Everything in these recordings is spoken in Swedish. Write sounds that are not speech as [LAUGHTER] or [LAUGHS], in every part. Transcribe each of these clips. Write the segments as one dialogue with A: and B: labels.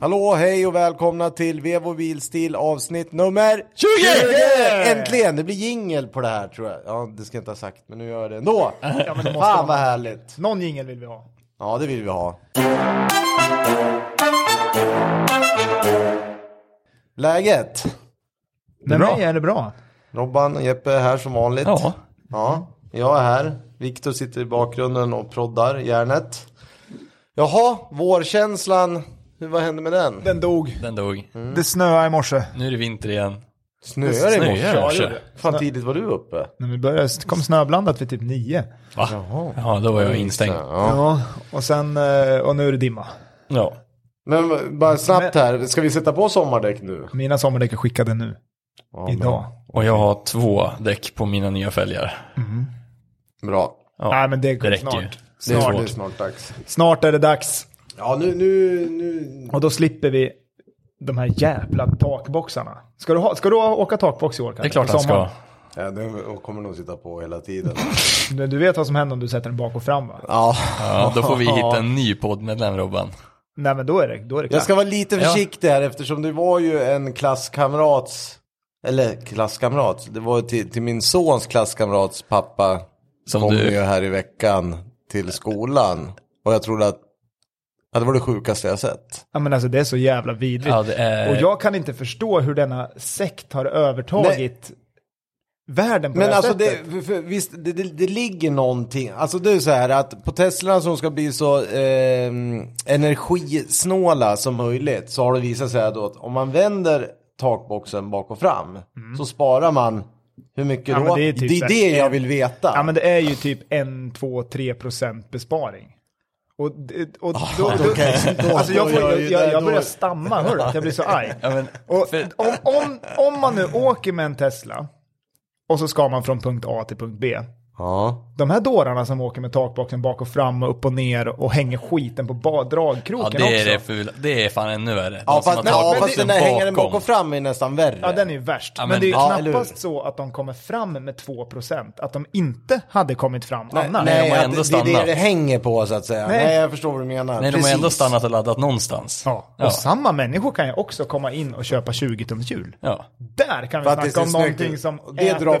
A: Hallå, hej och välkomna till Vevo Bilstil avsnitt nummer 20! Äntligen! Det blir jingel på det här tror jag. Ja, det ska jag inte ha sagt, men nu gör jag det ändå.
B: Ja, men det måste
A: Fan
B: vara.
A: vad härligt.
B: Någon jingel vill vi ha.
A: Ja, det vill vi ha. Läget?
B: Med
C: Bra.
B: mig är det bra.
A: Robban och Jeppe är här som vanligt.
C: Ja.
A: Ja, jag är här. Viktor sitter i bakgrunden och proddar järnet. Jaha, vårkänslan. Hur- Vad hände med den?
B: Den dog.
C: Den dog.
B: Det snöade i morse.
C: Nu är det vinter igen.
A: Snöade det i morse?
C: Snöade i morse.
A: Fan tidigt var du uppe?
B: När vi började, det kom snöblandat vid typ nio.
C: Va? Ja, då var jag instängd.
A: Ja.
B: Ja. Och sen, eh, och nu är det dimma.
C: Ja.
A: Men bara snabbt här, ska vi sätta på sommardäck nu?
B: Mina sommardäck är skickade nu. idag.
C: Och jag har två däck på mina nya fälgar.
A: Bra.
C: Ja,
B: Nej men det
C: Det
B: går
C: räcker ju.
B: snart.
A: Det är
B: Snart.
A: snart, det är snart dags.
B: Snart är det dags.
A: Ja, nu, nu, nu.
B: Och då slipper vi de här jävla takboxarna. Ska du, ha, ska du ha- åka takbox i år?
C: Det är klart han ska.
A: Ja, den kommer nog sitta på hela tiden.
B: Du, du vet vad som händer om du sätter den bak och fram va?
A: ja.
C: Ja, då får vi hitta en ny poddmedlem Robban.
B: Nej men då är det, då är det
A: Jag
B: klart.
A: ska vara lite
C: Ja.
A: försiktig här eftersom det var ju en klasskamrats, eller klasskamrat, det var ju till, till min sons klasskamrats pappa
C: Som
A: kom
C: du-
A: ju här i veckan till skolan. Och jag trodde att, ja, det var det sjukaste jag sett.
B: Ja men alltså det är så jävla vidrigt.
C: Ja, det är...
B: Och jag kan inte förstå hur denna sekt har övertagit världen på
A: Men
B: det här
A: alltså det,
B: sättet.
A: för, för, visst, det, det, det ligger någonting. Alltså det är så här att på Teslorna som ska bli så eh, energisnåla som möjligt så har det visat sig då att om man vänder takboxen bak och fram så sparar man hur mycket
B: Mm. Ja,
A: då?
B: men det
A: Det är,
B: är typ så här-
A: det jag vill veta.
B: Ja men det är ju typ 1, 2, 3 procent besparing. Och, det- och då, då,
A: då-
B: [LAUGHS] alltså jag,
A: Ah, då
B: får,
A: gör
B: jag,
A: ju
B: jag,
A: det-
B: jag
A: då-
B: börjar stamma, hörru, jag blir
A: [LAUGHS]
B: så arg.
C: Ja, men,
B: Och
C: för,
B: om, om, om man nu åker med en Tesla och så ska man från punkt A till punkt B.
A: Ja.
B: De här dårarna som åker med takboxen bak och fram och upp och ner och hänger skiten på ba- dragkroken
C: ja, det är
B: också.
C: det fula. Det är fan ännu värre.
A: Ja,
C: De som
A: fast,
C: har
A: ja,
C: tagit
A: fast den
C: bussen
A: där hängaren bak
C: bakom.
A: och fram är nästan värre.
B: Ja, den är ju värst.
C: Ja,
B: men,
C: men-
B: det är ju
A: ja, eller hur?
B: knappast så att de kommer fram med 2%. Att de inte hade kommit fram annars.
C: nej. de har
A: att
C: ändå
A: det- det är det
C: stannat.
A: det hänger på så att säga. Nej,
B: Nej.
A: jag förstår vad du menar.
C: Nej, de har ändå
A: Precis.
C: stannat och laddat någonstans.
B: Ja, och samma människor kan ju också komma in och köpa 20-tums hjul.
C: Ja.
B: Där kan vi
A: För att det
B: snacka
A: ser
B: om
A: snyggt
B: någonting
A: ut.
B: som
A: Det
B: äter
A: drar bra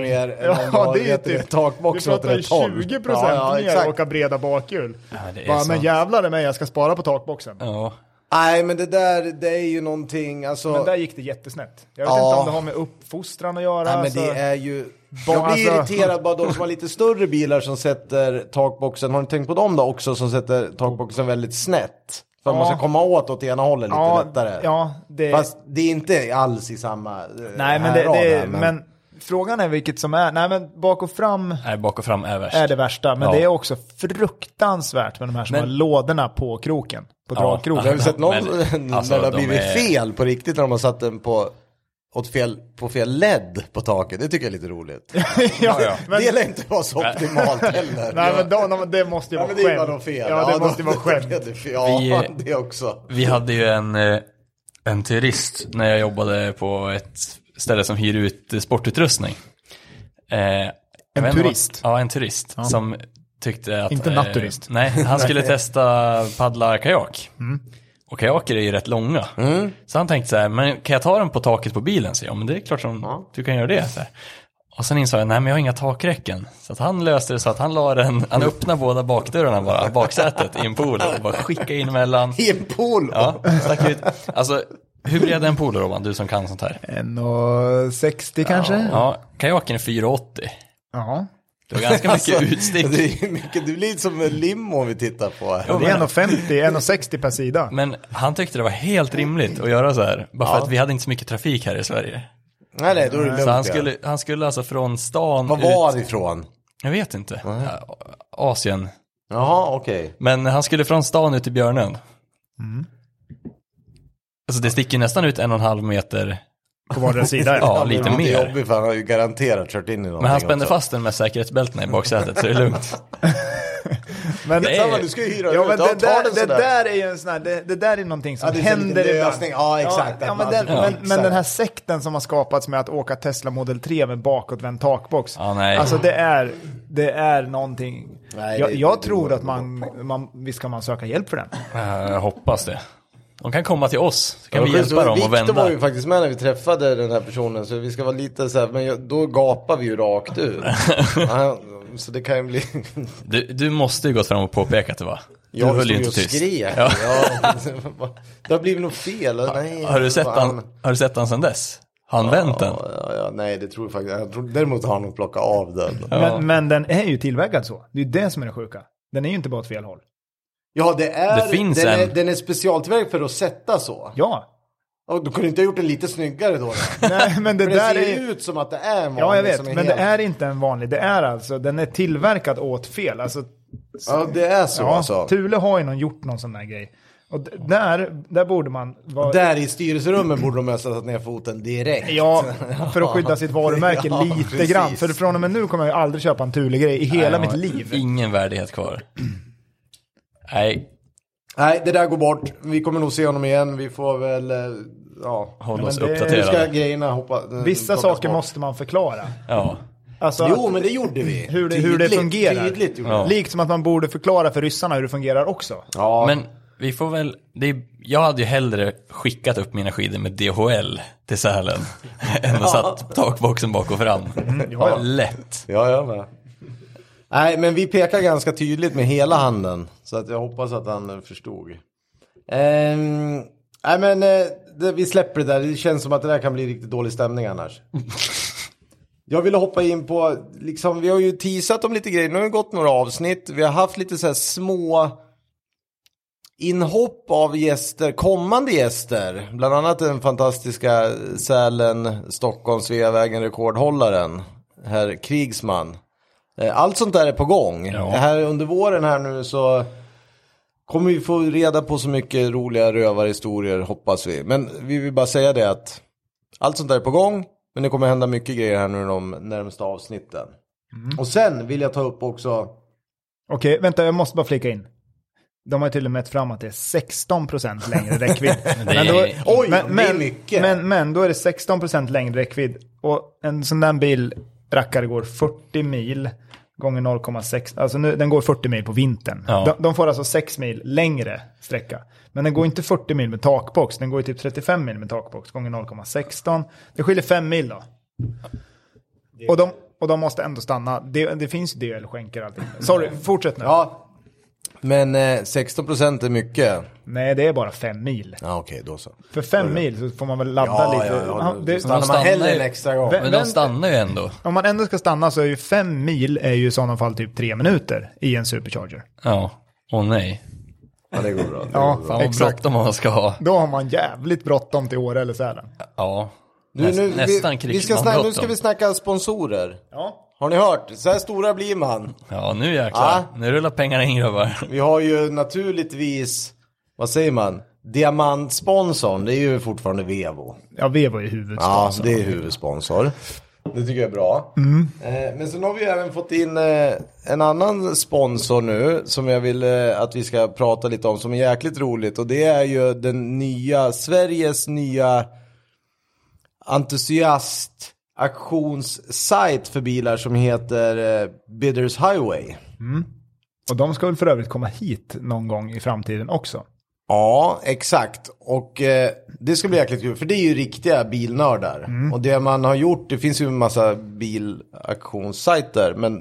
A: mycket mer än om
B: [LAUGHS] Ja,
A: du
B: det är
A: vet,
B: typ,
A: en takbox
B: vi
A: åt
B: pratar ju
A: rätt håll.
B: 20%
A: Ja, ja,
B: mer
A: exakt. Alltså.
B: och åka breda bakhjul.
C: Ja, det är
B: Bara,
C: sant.
B: men jävlar i mig, jag ska spara på takboxen.
C: Ja.
A: Nej, men det där, det är ju någonting, alltså.
B: Men där gick det jättesnett. Jag vet
A: Ja.
B: inte om det har med uppfostran att göra. alltså.
A: Nej, men
B: så-
A: det är ju...
B: Bara-
A: Jag blir
B: alltså-
A: irriterad bara de som har lite större bilar som sätter takboxen, har ni tänkt på dem då också, som sätter takboxen väldigt snett? För att
B: Ja.
A: man ska komma åt åt ena hållet lite
B: ja,
A: lättare.
B: Ja, det...
A: Fast det är inte alls i samma eh,
B: Nej, men, det,
A: härad
B: det,
A: här,
B: men... frågan är vilket som är. Nej, men bak och fram
C: Nej, bak och fram är värst.
B: är det värsta. Men
C: Ja.
B: det är också fruktansvärt med de här som
C: Men-
B: har lådorna på kroken. På
C: Ja.
B: dragkroken.
A: Jag har ju sett någon
C: Men,
A: [LAUGHS]
C: alltså,
A: när det har
C: de
A: blivit
C: är-
A: fel på riktigt när de har satt den på, åt fel, på fel LED på taket. Det tycker jag är lite roligt.
B: [LAUGHS] ja,
C: ja.
B: Men,
A: det lär inte vara så optimalt heller.
B: [LAUGHS] [LAUGHS] nej, men de, de, det måste ju
A: Ja,
B: vara
A: men det är bara något
B: skämt.
A: fel.
B: Ja, det
A: då-
B: måste ju vara
A: [LAUGHS]
B: skämt.
A: blev det fel. Ja,
C: Vi-
A: det också.
C: Vi hade ju en, eh, en turist när jag jobbade på ett ställe som hyr ut eh, sportutrustning. Eh, jag vet inte vad-
B: turist?
C: Ja, en turist som tyckte att...
B: Inte
C: eh,
B: natturist. Mm.
C: Nej,
B: [LAUGHS]
C: han skulle testa paddla kajak. Och kajaker är ju rätt långa. Så han tänkte så här, men kan jag ta den på taket på bilen? Så jag, men det är klart som du kan göra det. Så här. Och sen insåg jag, nej men jag har inga takräcken. Så att han löste det så att han la den, han öppnade båda bakdörrarna bara, baksätet i en pool och bara skickade in mellan.
A: I en pool.
C: Ja, stack ut. Alltså, hur bred är en polo Robban, du som kan sånt här?
B: 1,60 kanske?
C: Ja, kajaken är 4,80.
B: Ja.
C: Det var ganska
A: [LAUGHS]
C: mycket utstick.
A: Alltså, Det är ju mycket, det blir lite som en limo vi tittar på. här.
B: Det är 1,50, 1,60 per sida.
C: Men han tyckte det var helt rimligt att göra så här, bara för att vi hade inte så mycket trafik här i Sverige.
A: Nej, nej, då är det lugnt.
C: Så han
A: ja.
C: skulle, han skulle alltså från stan
A: Vad var
C: ut,
A: det ifrån?
C: jag vet inte, Ja, Asien.
A: Jaha, okej.
C: Men han skulle från stan ut till Björnön.
A: Mm.
C: Alltså det sticker ju nästan ut en och en halv meter,
B: På vardera sida.
C: ja
A: Det
C: lite
A: är lite
C: mer.
A: jobbigt för han har ju garanterat kört in i någonting
C: Men han spände
A: också.
C: fast den med säkerhetsbältena i baksätet så det är
A: [LAUGHS]
C: lugnt.
B: Men,
C: Det
A: Samma,
C: är-
A: du ska ju hyra
B: Ja,
A: ut.
B: men
A: Ja, ta
B: det, där,
A: den
B: det
A: sådär.
B: där är ju en sån här, det, det där är någonting som
A: Ja, det är så
B: händer
A: lite
B: ibland.
A: lösning. Ja, exakt.
B: Ja,
A: Att
B: ja,
A: man
B: men, den,
A: typ
B: men,
A: fixar
B: men den här
A: det.
B: sekten som har skapats med att åka Tesla Model 3 med bakåtvänd takbox.
C: Ja, nej.
B: Alltså det är, det är någonting.
A: Nej,
B: jag
A: det-
B: jag
A: det-
B: tror
A: det-
B: att man, man, visst kan man söka hjälp för den.
C: Eh, Jag hoppas det. De kan komma till oss, så kan vi
A: Ja, schysst.
C: hjälpa dem
A: Victor
C: att vända.
A: var ju faktiskt med när vi träffade den här personen så vi ska vara lite så här, men jag, då gapar vi ju rakt
C: [LAUGHS]
A: ut. Ja, så det kan ju bli...
C: Du, du måste ju gått fram och påpeka att det var. Du
A: Jag
C: höll ju
A: stod
C: inte
A: och
C: tyst.
A: skrek.
C: Ja.
A: Ja. [LAUGHS] det har blivit något fel. Nej,
C: Har, du sett
A: vad han-
C: han, har du sett han sen dess? Har han vänt den?
A: Ja, ja, ja, nej, det tror jag faktiskt. Jag tror, däremot har han nog plockat av den.
B: Men, men den är ju tillverkad så. Det är ju det som är det sjuka. Den är ju inte bara åt fel håll.
A: Ja, det är,
C: Det finns
A: den,
C: en.
A: är, den är specialtillverkad för att sätta så.
B: Ja. [LAUGHS]
A: Ja, du kunde inte ha gjort den lite snyggare då. då.
B: Nej, men det
A: För det
B: där
A: ser
B: är
A: ju ut som att det är en
B: Ja, jag
A: vanlig
B: vet.
A: som
B: Men
A: helt-
B: det är inte en vanlig. Det är alltså, den är tillverkad åt fel. Alltså,
A: Ja, det är så
B: ja,
A: alltså.
B: Thule har ju någon gjort någon sån där grej. Och d- där, där borde man vara...
A: Där i styrelserummen borde de ha satt ner foten direkt. [LAUGHS]
B: Ja, för att skydda sitt varumärke
A: Ja,
B: lite
A: precis.
B: grann. För från och med nu kommer jag ju aldrig köpa en Thule-grej i hela
C: Nej,
B: mitt
C: han har
B: liv.
C: Ingen värdighet kvar. Nej,
A: Nej, det där går bort. Vi kommer nog se honom igen. Vi får väl, eh, ja.
C: håll
B: men
C: oss
B: det-
A: Nu ska
C: uppdaterade.
A: grejerna hoppa.
B: Vissa
A: plockas
B: saker
A: bort.
B: måste man förklara.
C: Ja.
B: Alltså,
A: Jo, men det gjorde vi.
B: hur det, hur det
A: Tydligt,
B: fungerar.
A: Tydligt gjorde
C: Ja.
A: vi.
B: Likt som att man borde förklara för ryssarna hur det fungerar också.
A: Ja.
C: Men vi får väl, det är, jag hade ju hellre skickat upp mina skidor med DHL till Sälen [LAUGHS] än att satt takboxen bak och fram.
A: Mm,
B: ja, ja.
C: Lätt.
A: Ja, jag med. Nej, men vi pekar ganska tydligt med hela handen. Så att jag hoppas att han eh, förstod. Ehm, nej, men eh, det, vi släpper det där. Det känns som att det där kan bli riktigt dålig stämning annars. Jag ville hoppa in på, liksom, vi har ju teasat om lite grejer. Nu har det gått några avsnitt. Vi har haft lite så här små inhopp av gäster, kommande gäster. Bland annat den fantastiska Sälen, Stockholm, Sveavägen, rekordhållaren, herr Krigsman. Eh, Allt sånt där är på gång.
C: Ja.
A: Här under våren här nu så kommer vi få reda på så mycket roliga rövarhistorier hoppas vi. Men vi vill bara säga det att allt sånt där är på gång. Men det kommer hända mycket grejer här nu de närmsta avsnitten. Och sen vill jag ta upp också
B: Okej, vänta, jag måste bara flika in. De har till och med mätt fram att det är 16% längre
C: [LAUGHS]
B: räckvidd. men då,
C: är-
A: Oj, det är mycket.
B: Men, men då är det 16% längre räckvidd. Och en sån där bil, rackare, går 40 mil gånger 0,6. Alltså nu, den går 40 mil på vintern.
C: Ja.
B: De, de får alltså 6 mil längre sträcka. Men den går inte 40 mil med takbox, den går ju typ 35 mil med takbox gånger 0,16. Det skiljer 5 mil då. Och de, och de måste ändå stanna. Det, det finns ju DL-skänker allting. Sorry, fortsätt nu.
A: Ja, men eh, 16 procent är mycket.
B: Nej, det är bara fem mil.
A: Ja, okej, då så.
B: För fem mil så får man väl ladda
A: Ja,
B: lite.
A: ja, ja,
B: Ja, det-
A: stannar man
C: stannar
A: hellre
C: ju.
A: en extra gång.
B: Vä-
C: Men de
B: Vänta.
C: stannar ju ändå.
B: Om man ändå ska stanna så är ju fem mil är ju i sådana fall typ tre minuter i en supercharger.
C: Ja, åh nej.
A: Ja, det går bra. [LAUGHS]
B: Ja,
C: Fan vad
B: exakt.
C: bråttom man ska ha.
B: Då har man jävligt bråttom till Åre eller Sälen.
C: Ja,
A: Nu, nu,
C: Näst- nästan
A: vi, vi ska
C: krigsman
A: snacka, nu ska
C: bråttom.
A: vi snacka sponsorer.
B: Ja.
A: Har ni hört? Så här stora blir man.
C: Ja, nu jäklar.
A: Ja.
C: Nu rullar pengarna in grabbar.
A: Vi har ju naturligtvis, vad säger man, diamantsponsorn. Det är ju fortfarande Vevo.
B: Ja, vi var ju huvudstad.
A: Ja, det är huvudsponsor. Det tycker jag är bra. Eh, Men sen har vi ju även fått in eh, en annan sponsor nu som jag vill eh, att vi ska prata lite om som är jäkligt roligt och det är ju den nya, Sveriges nya entusiast auktionssajt för bilar som heter eh, Bidders Highway.
B: Och de ska väl för övrigt komma hit någon gång i framtiden också.
A: Ja, exakt. Och eh, det ska bli jäkligt kul, för det är ju riktiga bilnördar. Och det man har gjort, det finns ju en massa bilauktionssajter, men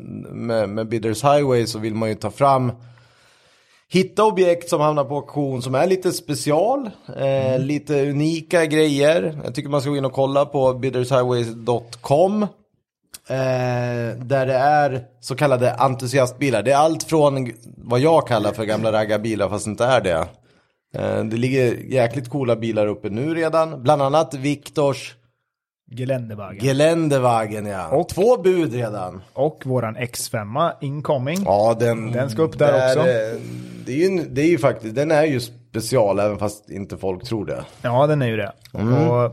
A: med, med Bidders Highway så vill man ju ta fram Hitta objekt som hamnar på auktion som är lite special, eh, lite unika grejer. Jag tycker man ska gå in och kolla på biddershighways.com. Eh, där det är så kallade entusiastbilar. Det är allt från vad jag kallar för gamla raggarbilar fast det inte är det. Eh, det ligger jäkligt coola bilar uppe nu redan. Bland annat Viktors
B: Geländebagen.
A: Geländewagen ja.
B: Och-
A: Två bud redan.
B: och våran X5 incoming.
A: Ja, den,
B: Den ska upp där också.
A: eh, Det är, ju, en- det är ju faktiskt, den är ju special även fast inte folk tror det.
B: Ja, den är ju det. Och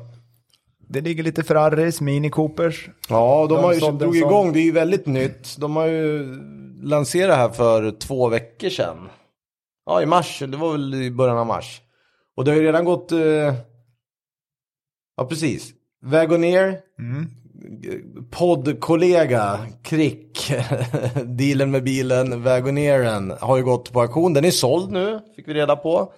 B: det ligger lite Ferraris, Mini Coopers.
A: Ja, de,
B: De
A: har ju
B: sålde en
A: drog
B: sån.
A: igång, det är ju väldigt nytt. De har ju lanserat här för två veckor sedan. Ja, i mars, det var väl i början av mars. Och det har ju redan gått, eh... ja precis. Väg och ner, poddkollega, Krick, [LAUGHS] dealen med bilen, Vägoneren har ju gått på auktion. Den är såld nu, fick vi reda på.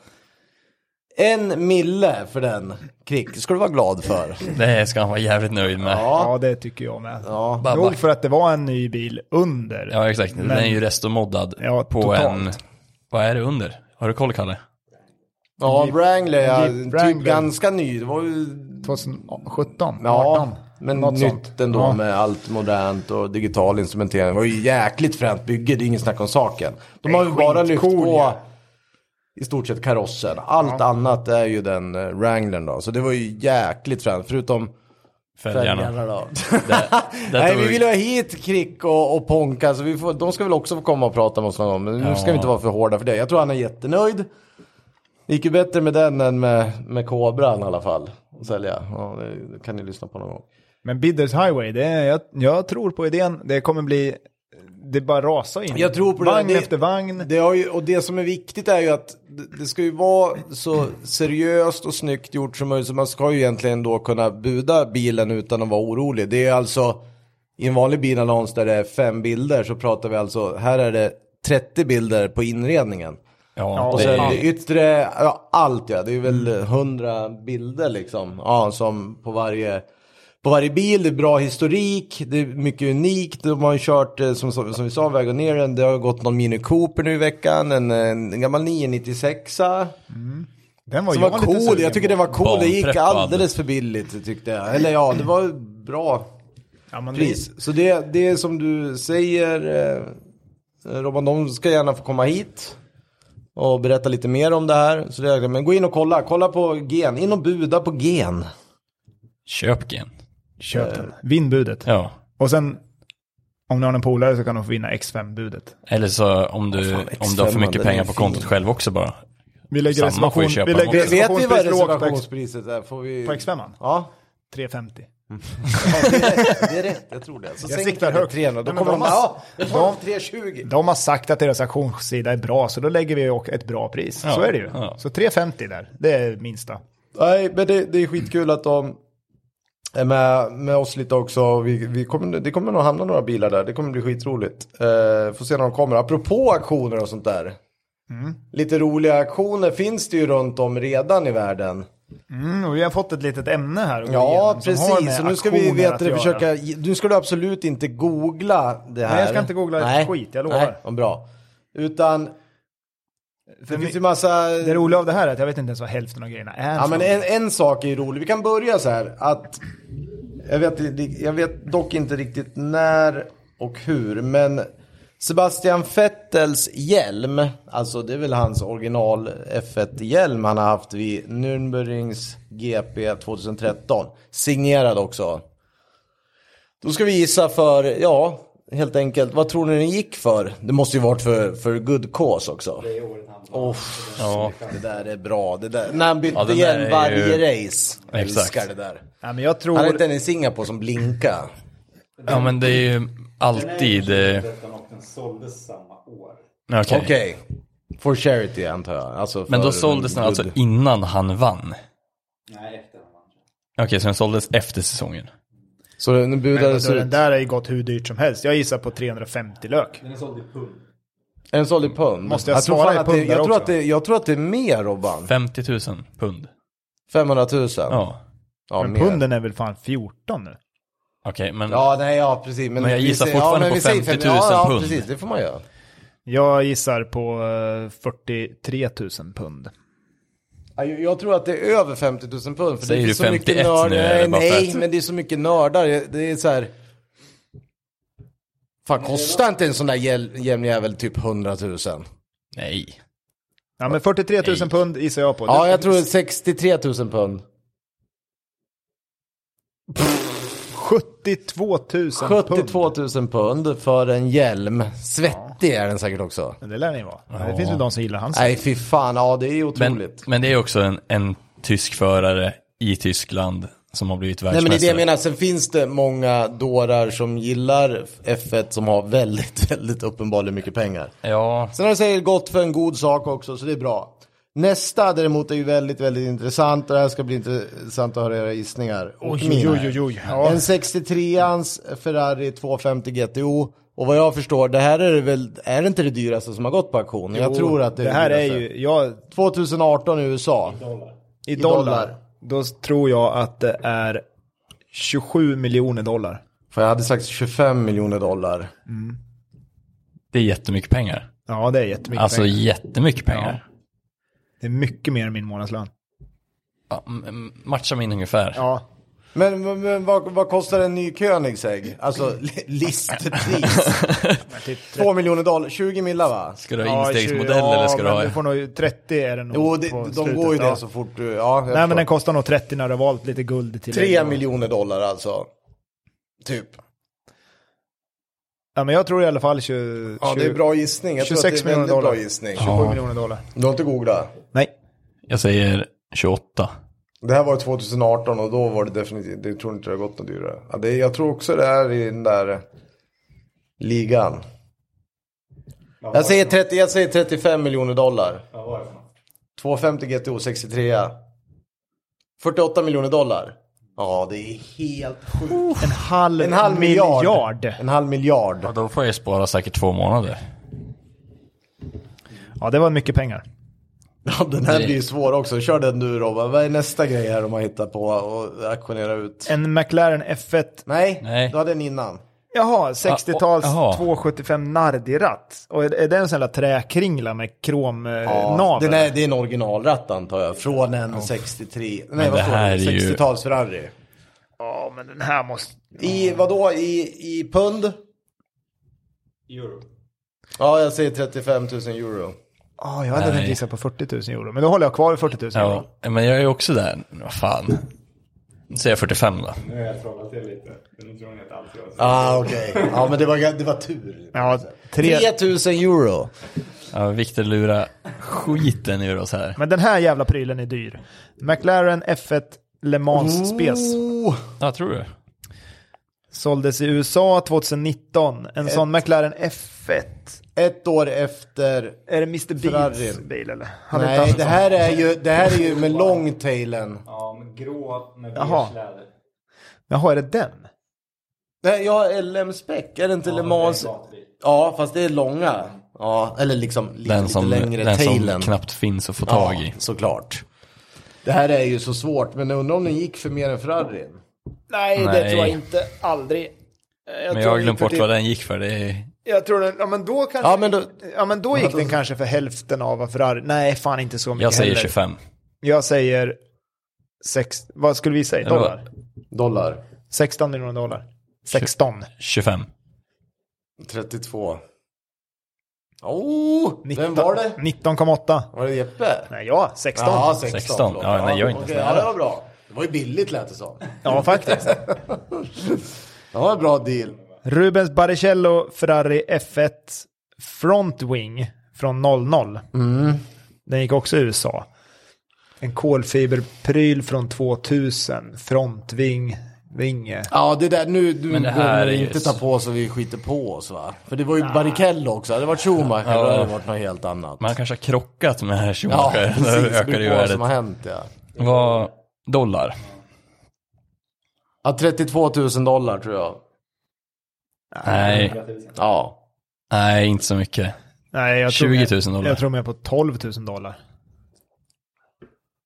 A: En mille för den, Krick, ska du vara glad för.
C: Det ska han vara jävligt nöjd med. Ja,
B: Ja, det tycker jag med.
A: Ja.
C: Bara-
B: Nog för att det var en ny bil under.
C: exakt. Den är ju restomoddad
B: Ja,
C: på
B: totalt.
C: en... Vad är det under? Har du koll, Kalle?
A: Ja, Wrangler, ja,
B: Jeep
A: typ
B: Wrangler.
A: ganska ny. Det var ju,
B: 2017,
A: ja,
B: 18.
A: men
B: något
A: nytt
B: sånt.
A: ändå
B: Ja.
A: med allt modernt och digital instrumentering. Det var ju jäkligt fränt bygge, det är ingen snack om saken. De har ju bara lyft
B: skitcool
A: på
B: ju.
A: i stort sett karossen. Allt annat är ju den eh, Wranglern då, så det var ju jäkligt fränt. Förutom
C: Fälgarna.
A: fälgarna då.
C: [LAUGHS] Det, det
A: Nej,
C: tog-
A: vi vill ju ha hit Krick och, och Ponka, så vi får, de ska väl också få komma och prata med oss någon gång. Men nu ska vi
C: Ja.
A: inte vara för hårda för det. Jag tror han är jättenöjd. Det gick ju bättre med den än med, med Kobran i alla fall. Att sälja. Ja, det kan ni lyssna på någon gång.
B: Men Bidders Highway, det är, jag, jag tror på idén. Det kommer bli... Det bara rasar in.
A: Jag tror på det.
B: vagn
A: Det-
B: efter vagn.
A: Det har ju, och det som är viktigt är ju att det- det ska ju vara så seriöst och snyggt gjort som möjligt. Så man ska ju egentligen då kunna buda bilen utan att vara orolig. Det är alltså i en vanlig bilannons där det är fem bilder så pratar vi alltså, här är det 30 bilder på inredningen.
C: Ja,
A: Och
C: det,
A: sen
C: är-
A: det yttre, ja, allt ja. Det är väl hundra bilder liksom. Ja, som på varje, på varje bil. Det är bra historik, det är mycket unikt. De har ju kört, eh, som, som som vi sa, väg och ner den. Det har ju gått någon Mini Cooper nu i veckan. En, en gammal 996 a
B: Den var
A: Som
B: jag
A: var
B: lite
A: cool,
B: sugen
A: jag tycker
B: på.
A: den var cool. Det gick
C: Barnpreppad.
A: alldeles för billigt tyckte jag. Eller ja, det var bra
B: ja, men
A: pris. Så det, det är som du säger, eh, Robban, de ska gärna få komma hit och berätta lite mer om det här. Så det är, men gå in och kolla, kolla på gen, in och buda på gen.
C: köp gen.
B: det- Köp
A: Eh.
B: den. Vinn budet.
C: Ja.
B: Och sen, om ni har en polare så kan de få vinna X5-budet.
C: Eller så om du,
A: fan,
C: om du har för
A: den
C: mycket
A: är
C: pengar på
A: fin.
C: kontot själv också bara.
B: Vi lägger
C: Samma får ju
B: reservation,
C: köpa
B: vi
C: dem
B: lägger
C: också.
A: Vet vi vad
B: reservationspris lågt på X-
A: reservationspriset är? Får vi...
B: på X5?
A: Ja, [LAUGHS]
B: 350.
A: det är rätt, jag tror det. Så
B: Jag
A: sänker
B: siktar
A: vi
B: högt.
A: 300, då
B: Nej, men
A: kommer de
B: de
A: bara,
B: har-
A: ja, jag tar 320.
B: De har sagt att deras auktionssida är bra, så då lägger vi och- ett bra pris.
C: Ja,
B: så är det ju.
C: ja.
B: Så 350 där, det är minsta.
A: Nej, men det, det är skitkul att de är med, med oss lite också. Vi, vi kommer, det kommer nog hamna några bilar där. Det kommer bli skitroligt. Eh, får se när de kommer. Apropå auktioner och sånt där. Lite roliga auktioner finns det ju runt om redan i världen.
B: Mm, och vi har fått ett litet ämne här. att gå
A: Ja,
B: igenom som har med
A: precis. Så nu ska vi
B: auktioner
A: veta
B: att
A: det,
B: göra.
A: försöka, nu ska du absolut inte googla det här.
B: jag ska inte googla ett skit, jag lovar.
A: Nej, vad bra. Utan, det
B: För
A: finns ju
B: vi,
A: massa...
B: det roliga av det här är att jag vet inte ens vad hälften av grejerna är.
A: Ja,
B: för
A: men
B: något.
A: en, en sak är ju rolig. Vi kan börja så här att jag vet, jag vet dock inte riktigt när och hur, men Sebastian Vettels hjälm, alltså det är väl hans original F1-hjälm han har haft vid Nürnbergs GP 2013, signerad också. Då ska vi gissa för, ja, helt enkelt, vad tror ni den gick för? Det måste ju varit för, för good cause också. Oh,
C: Ja.
A: det där är bra. Det där. När han bytte
C: Ja, den där
A: igen
C: är
A: varje
C: ju-
A: race. Jag
C: Exakt.
A: älskar det där.
B: Ja, men jag tror...
A: Han hette en i Singapore som blinka.
C: Ja men det är ju alltid... eh,
D: och den såldes samma år.
C: Okej.
A: Okej. For charity antar jag. Alltså
C: Men
A: för
C: då såldes den alltså
A: good-
C: innan han vann?
D: Nej, efter den vann.
C: Okej, så den såldes efter säsongen?
A: Så den
B: Men
A: budades
B: då, den
A: ut.
B: där har ju gått hur dyrt som helst. Jag gissar på 350 lök.
D: Den är såld i pund.
A: En såld i pund.
B: Måste jag
A: tror
B: svara
A: fan
B: i
A: att det,
B: pund där
A: jag, tror
B: också?
A: att det, jag tror att det är mer Robban.
C: 50 000 pund?
A: 500 000. Ja,
C: Ja.
B: men
A: mer.
B: punden är väl fan 14 nu?
C: Okej, men
A: Ja, nej, ja precis. Men,
C: Men jag
A: vi
C: gissar
A: säger-
C: fortfarande
A: men
C: på
A: vi säger
C: 50 000
A: ja, ja,
C: pund.
A: precis. Det får man göra.
B: Jag gissar på eh, 43 000 pund.
A: Ja, Jag jag tror att det är över 50 000 pund. För
C: Säger
A: det är
C: du
A: så mycket
C: 51
A: nördar.
C: nu, eller bara
A: Nej,
C: för
A: nej,
C: att-
A: men det är så mycket nördar. Det är så här. Fan, kostar inte en sån där jäl- jämn jävel typ 100 000?
C: nej.
B: Ja, men 43 000
C: Nej.
B: pund gissar jag på.
A: Ja,
B: Det-
A: jag tror 63 000 pund.
B: 72 000
A: 72
B: pund.
A: 000 pund för en hjälm. Svettig är den säkert också.
B: Men Det lär den ju vara. Men Det finns ju de som gillar hans.
A: Nej, fy fan. Ja, det är ju
C: Men,
A: otroligt.
C: men det är också en, en tysk förare i Tyskland som har blivit
A: Nej, men det är det
C: världsmästare.
A: jag menar. Sen finns det många dårar som gillar F1 som har väldigt, [LAUGHS] väldigt uppenbarligen mycket pengar.
C: Ja,
A: Sen har det säkert gått för en god sak också, så det är bra. Nästa däremot är ju väldigt, väldigt intressant och det här ska bli intressant att höra era gissningar. Och
B: Oj,
A: mina.
B: oj, oj, oj. Ja.
A: En 63ans Ferrari 250 GTO Och vad jag förstår, det här är väl, är det inte det dyraste som har gått på auktion? jag
B: Jo,
A: tror att det, är
B: det här är
A: dyraste.
B: ju, jag, i,
A: 2018 i USA.
B: dollar,
A: dollar.
B: då tror jag att det är 27 miljoner dollar.
A: För jag hade sagt 25 miljoner dollar.
C: Det är jättemycket pengar.
B: Ja, det är jättemycket
C: alltså
B: pengar.
C: jättemycket pengar.
B: Det är mycket mer än min månadslön.
C: Ja. m- m- matcha min ungefär.
B: Ja,
A: Men, men, men vad, vad kostar en ny Koenigsegg? Alltså li-
B: [LAUGHS]
A: listpris.
B: typ
A: 2 miljoner dollar, 20 millar va?
C: Ska du ha
B: Ja,
C: instegsmodell
B: tjugo-
C: eller ska du
B: men
C: ha...
B: Du får nog 30 är det nog.
A: Jo, det,
B: på
A: de
B: slutet,
A: går ju
B: ja.
A: det så fort du, ja. jag
B: Nej,
A: förstår.
B: men den kostar nog 30 när du har valt lite guld till.
A: 3 miljoner dollar alltså. Typ.
B: Ja, men jag tror i alla fall 20,
A: Ja, det är bra gissning. Jag
B: 26
A: tror att det är en
B: miljoner
A: väldigt bra
B: dollar.
A: gissning.
B: 27 miljoner dollar.
A: Du har inte googlat?
B: Nej,
C: Jag säger 28.
A: Det här var 2018 och då var det definitivt, det tror inte det har gått något dyrare. Ja, det, jag tror också det är i den där ligan. Jag säger, 30, jag säger 35 miljoner dollar.
D: Vad var det för något?
A: 250 GTO 63. 48 miljoner dollar. Ja, det är helt sjukt.
B: en halv,
A: En halv miljard.
B: miljard.
A: En halv miljard.
C: Ja, då får jag spara säkert två månader.
B: Ja, det var mycket pengar.
A: Ja, den här blir ju svår också. Kör den du Robban. Vad är nästa grej här de har hittat på och auktionera ut?
B: En McLaren F1.
A: Nej,
C: Nej.
A: du hade en innan.
B: Jaha, 60-tals
C: Ah, och- jaha.
B: 275 Nardi-ratt. Och är, är det en sån där träkringla med
A: Ja,
B: kromnavel?
A: den är, det är en originalratt antar jag. Från en 63. Nej, vad
C: det
A: står
C: här
A: det?
C: är ju-
A: 60-tals Ferrari.
B: Ja, men den här måste...
A: I vadå? I, I pund?
D: Euro.
A: Ja, jag säger 35 000 euro.
B: Ja, jag hade
C: Nej.
B: tänkt gissa på 40 000 euro. Men då håller jag kvar vid 40 000 euro.
C: Ja, men jag är ju också där. Vad fan. Nu säger jag 45 då.
D: Nu har jag trollat till lite. Nu tror ni att allt jag säger.
A: Ah, okej. Ja, men det var, det var tur.
B: Ja, tre...
A: 3 000 euro.
C: Ja, Viktor lura skiten ur oss här.
B: Men den här jävla prylen är dyr. McLaren F1 Le Mans Spes.
A: Oh.
C: Ja, tror du?
B: Såldes i USA 2019. En sån McLaren F1.
A: Ett år efter.
B: Är det Mr. Beans
A: Ferrari.
B: bil eller? Han är
A: Nej,
B: inte han
A: det
B: som-
A: här är ju, det här är ju med longtailen.
D: Ja, men grå med
B: Jaha.
D: beige läder.
B: Jaha, är det den?
A: Nej, jag har LM Spec. Är det inte Le Mans?
D: Det är en gatbil.
A: Ja, fast det är långa. Ja, eller liksom lite,
C: Den
A: lite
C: som,
A: längre
C: den som
A: tailen.
C: knappt finns att få
A: ja,
C: tag i.
A: såklart. Det här är ju så svårt, men jag undrar om den gick för mer än Ferrarin.
B: Nej,
C: Nej. tror jag
B: inte. Aldrig. Jag
C: Men jag har glömt bort vad den gick för. Det är...
B: Jag tror den, ja men då kanske...
A: Ja, men då-
B: ja, men då gick den kanske för hälften av vad Ferrari... Nej, fan inte så mycket
C: Jag säger
B: heller.
C: 25.
B: Jag säger... Sex, vad skulle vi säga?
C: Eller vad?
B: Dollar?
A: Dollar.
B: 16 miljoner dollar. 16.
C: 25.
A: 32. Oh,
B: 19
A: vem var det?
B: 19,8.
A: Var det Jeppe?
B: Nej, ja, 16.
A: Ja, 16.
C: 16.
A: förlåt.
C: Ja, nej, jag är inte
A: okej,
C: så
A: ja,
C: nära.
A: det var bra. Det var ju billigt lät det som.
B: Ja, faktiskt.
A: Det var en bra deal.
B: Rubens Barrichello Ferrari F1 Frontwing från 00. Den gick också i USA. En kolfiberpryl från 2000. Frontving, vinge.
A: Ja, det där nu, nu
C: Men det
A: går
C: här
A: vi
C: är ju-
A: inte ta på så vi skiter på oss va? För det var ju Barrichello också, hade det varit Schumacher då hade det varit något helt annat.
C: Man kanske har krockat med
A: Ja,
C: [LAUGHS] Schumacher.
A: precis.
C: Ja,
A: Det
C: ökar det ju
A: beror på vad
C: värdet.
A: som har hänt ja.
C: Vad... Dollar.
A: Ja, 32 000 dollar tror jag.
C: Nej,
A: Ja.
C: nej, inte så mycket.
B: Nej, jag tror
C: 20 000
B: mer-
C: dollar.
B: Jag tror mer på 12 000 dollar.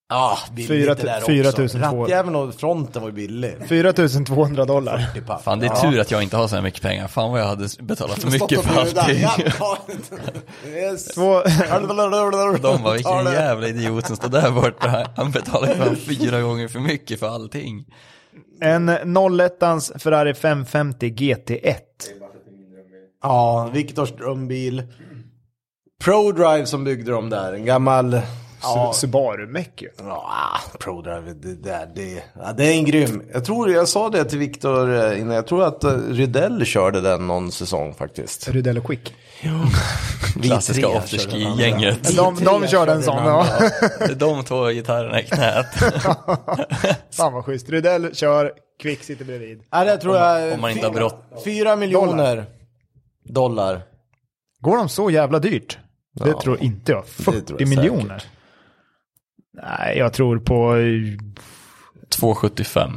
A: Ja, billigt
B: Fyra
A: det
B: tu-
A: där
B: fyra
A: också.
B: tusen två-
A: Rattjäveln och fronten var ju billig. typ.
B: 4 200 dollar.
C: [LAUGHS]
A: [LAUGHS]
C: Fan, det är tur att jag inte har så här mycket pengar. Fan vad jag hade betalat mycket
A: [LAUGHS]
C: för allting.
B: Två,
C: [LAUGHS] De bara, vilken jävla idiot som står där borta. Han betalar ju fan fyra gånger för mycket för allting.
B: en 01 Ferrari 550 GT1.
A: Ja, Viktors drömbil. ProDrive som byggde dem där, en gammal...
B: Ja. Subaru Mech ju.
A: Ja, ProDrive, det där, det, ja, det är en grym. Jag tror, jag sa det till Viktor eh, innan, jag tror att eh, Rydell körde den någon säsong faktiskt.
B: Rydell och Quick.
A: Vi
C: Klassiska
A: tre körde den andra. [LAUGHS]
C: afterski-gänget.
B: De,
A: Vi
B: de
A: tre
B: körde en sån,
A: den
B: ja. [LAUGHS]
A: andra.
C: De två gitarrerna i [LAUGHS] knät.
B: Fan vad schysst. Rydell kör, Quick sitter bredvid.
A: Ja, det tror jag...
C: om man inte har
A: fyra-
C: brått-
A: Fyra miljoner dollar.
B: Går de så jävla dyrt? Det
A: Ja.
B: tror inte jag.
A: tror jag
B: 40 miljoner. Nej, jag tror på eh,
C: 275.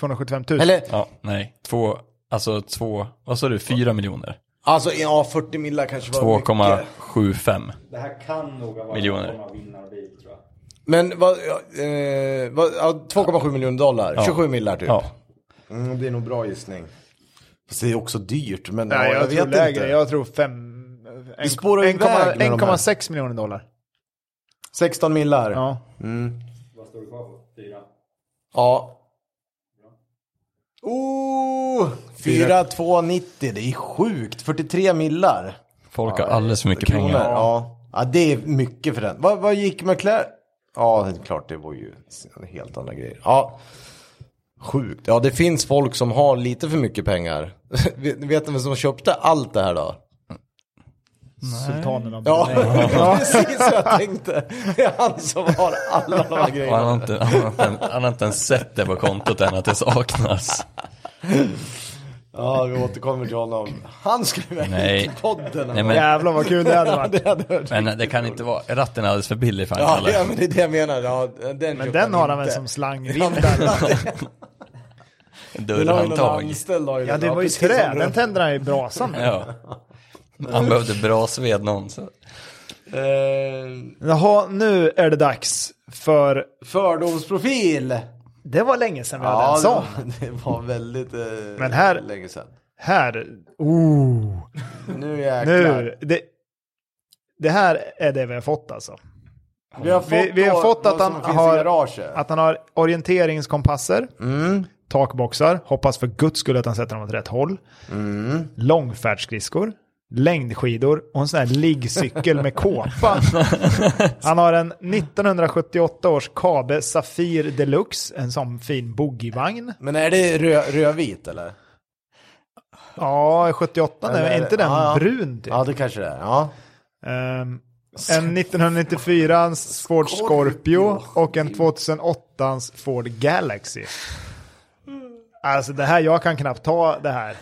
B: 275 000.
A: Eller
C: Ja, nej. Två... Alltså två, vad sa du, fyra miljoner?
A: Alltså ja, 40 millar kanske var mycket.
C: 2,75.
D: Det här kan nog vara
C: Miljoner.
D: en form av vinnarbil tror jag.
A: Men vad, ja, eh, vad, ja, 2,7 miljoner dollar, 27 millar typ.
C: Ja.
A: Mm, det är nog bra gissning. Fast det är också dyrt, men
B: Nej,
A: ja,
B: jag,
A: jag,
B: tror
A: vet
B: lägre.
A: inte.
B: Jag tror fem... en-
A: spårar ju
B: 1,6
A: iväg med de här.
B: 1,6 miljoner dollar.
A: 16 millar. Ja.
B: Ja.
D: Vad står du kvar på? Fyra?
A: Oh, 4290, det är sjukt. 43 millar.
C: Folk har alldeles för mycket
A: Kronor.
C: pengar.
A: Ja. ja, det är mycket för den. Vad, vad gick McLaren? Ja, det är klart det var ju helt andra grejer. Ja, sjukt. Ja, det finns folk som har lite för mycket pengar. [LAUGHS] Vet vet ni vem som köpte allt det här då?
B: Sultanen av
A: Ja,
B: Brunei.
A: [LAUGHS] precis vad jag tänkte. Det är han som har alla de här
C: Och han
A: grejerna.
C: har inte, han har inte, han har inte ens sett det på kontot än att det saknas.
A: Ja, vi återkommer till honom. Han skulle vara
C: Nej.
A: i podden.
C: Nej,
B: [LAUGHS]
C: men-
B: Jävlar vad kul det hade
A: [LAUGHS]
B: varit.
A: det hade varit.
C: Men det kan inte vara, ratten är alldeles för billig för
A: Ja,
C: han
A: ja,
C: ja,
A: men det är det jag menar. Ja, den
B: Men
A: köpte
B: den har han väl
A: inte.
B: som slangvinda?
A: Den har ju någon
C: Dörrhandtag.
A: anställd. har ju
B: Ja,
A: den.
B: det var ju
A: precis som
B: trä.
A: den-
B: Den tänder han ju i brasan med.
C: Ja. Han behövde bra sved någonsin.
A: Eh,
B: Jaha, nu är det dags för...
A: Fördomsprofil!
B: Det var länge sedan vi hade en
A: det
B: sån.
A: var, [LAUGHS] det var väldigt eh,
B: Men här-
A: länge sedan.
B: Här. Oh.
A: Nu jäklar.
B: Nu. Det, det här är det vi har fått alltså.
A: Vi har fått,
B: Vi- vi har
A: då
B: fått att
A: vad som
B: han
A: finns i
B: har-
A: garaget.
B: Att han har orienteringskompasser,
A: Mm.
B: takboxar, hoppas för guds skull att han sätter dem åt rätt håll,
A: Mm.
B: långfärdsskridskor, längdskidor och en sån här liggcykel
A: [LAUGHS]
B: med kåpa. Han har en 1978 års Kabe Safir Deluxe, en sån fin boogievagn.
A: Men är det rö, rödvit eller?
B: Ja, 78, nej,
A: Eller-
B: är inte den
A: ja, ja.
B: brun typ?
A: Ja, det kanske det är. Ja.
B: Ehm, en 1994 Ford Scorpio och en 2008 Ford Galaxy.
A: Mm.
B: Alltså det här, jag kan knappt ta det här.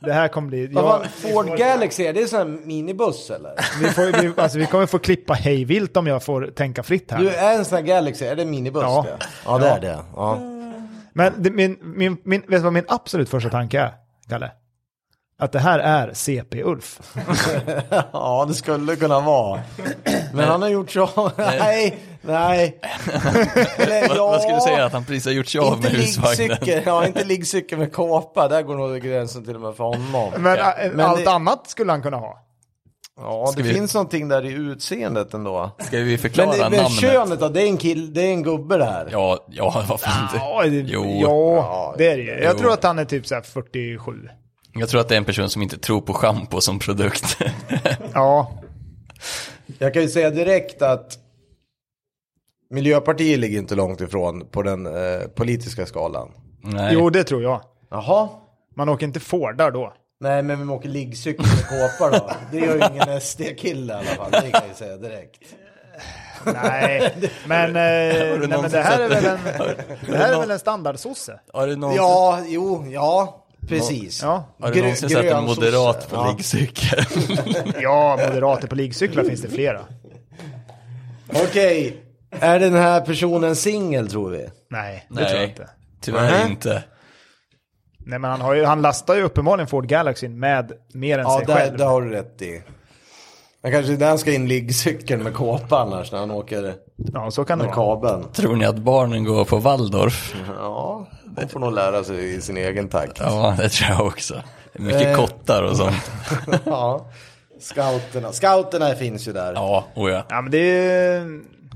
B: Det här kommer bli...
A: Vad
B: Jag,
A: fan, Ford Galaxy, är det en sån här minibuss eller? [LAUGHS]
B: vi, får, [LAUGHS] vi, alltså, vi kommer få klippa hejvilt om jag får tänka fritt
A: Du,
B: här.
A: är en sån här Galaxy, är det en minibuss
B: Ja.
A: det? Ja, det är det. Ja.
B: Men det, min, min, min, vet du vad min absolut första tanke är, Kalle? Att det här är CP-Ulf.
A: ja, det skulle kunna vara. Men han har gjort så. nej, nej. Eller,
C: Vad, vad skulle du säga? Att han precis har gjort sig av
A: Inte
C: med husvagnen?
A: liggcykel, ja inte liggcykel med kåpa, där går nog gränsen till och med för honom.
B: Men, äh,
A: Men
B: allt
A: det-
B: annat skulle han kunna ha.
A: Ja, det
C: vi-
A: finns någonting där i utseendet ändå.
C: Ska vi
A: Men,
C: förklara
A: det, men
C: namnet?
A: könet då, det är en kill, det är en gubbe det här.
C: Ja, ja, vad fan.
B: Ja, det,
C: Jo.
B: ja, det är det ju. Jag
C: Jo.
B: tror att han är typ så här 47.
C: Jag tror att det är en person som inte tror på shampoo som produkt. [LAUGHS]
B: Ja,
A: Jag kan ju säga direkt att Miljöpartiet ligger inte långt ifrån på den eh, politiska skalan.
C: Nej.
B: Jo, det tror jag.
A: Jaha.
B: Man åker inte Fordar då.
A: Nej, men vi åker liggcykel med kåpa då. Det gör ju ingen SD-kille i alla fall, det kan jag ju säga direkt.
B: Nej, men, eh, nej,
C: någon
B: men
C: som
B: det här är väl
C: sätter-
B: en, det här är väl en standardsosse?
C: Har du någonsin,
A: Ja, jo, ja, precis.
B: Ja.
C: har du
A: Grö-
C: någonsin sett en
A: grön
C: moderat
A: sosse.
C: på
A: Ja. [LAUGHS]
C: liggcykel?
B: Ja, moderater på liggcyklar finns det flera.
A: Okej, är den här personen singel tror vi?
B: Nej, det
C: Nej.
B: tror jag inte.
C: Tyvärr
A: Nej.
C: inte.
B: Nej, men han, har ju, han lastar ju uppenbarligen Ford Galaxy med mer än
A: Ja,
B: sig
A: där,
B: själv.
A: där har du rätt i. Men kanske det är där han ska in liggcykeln med kåpa annars när han åker
B: Ja, så kan det
A: med
B: vara.
A: kabeln.
C: Tror ni att barnen går på Waldorf?
A: Ja, han får nog lära sig i sin egen takt.
C: Ja, det tror jag också. Mycket
A: Eh.
C: kottar och sånt.
A: [LAUGHS] Ja. Scouterna. Scouterna finns ju där.
C: Ja, oh ja.
B: Ja, men det är...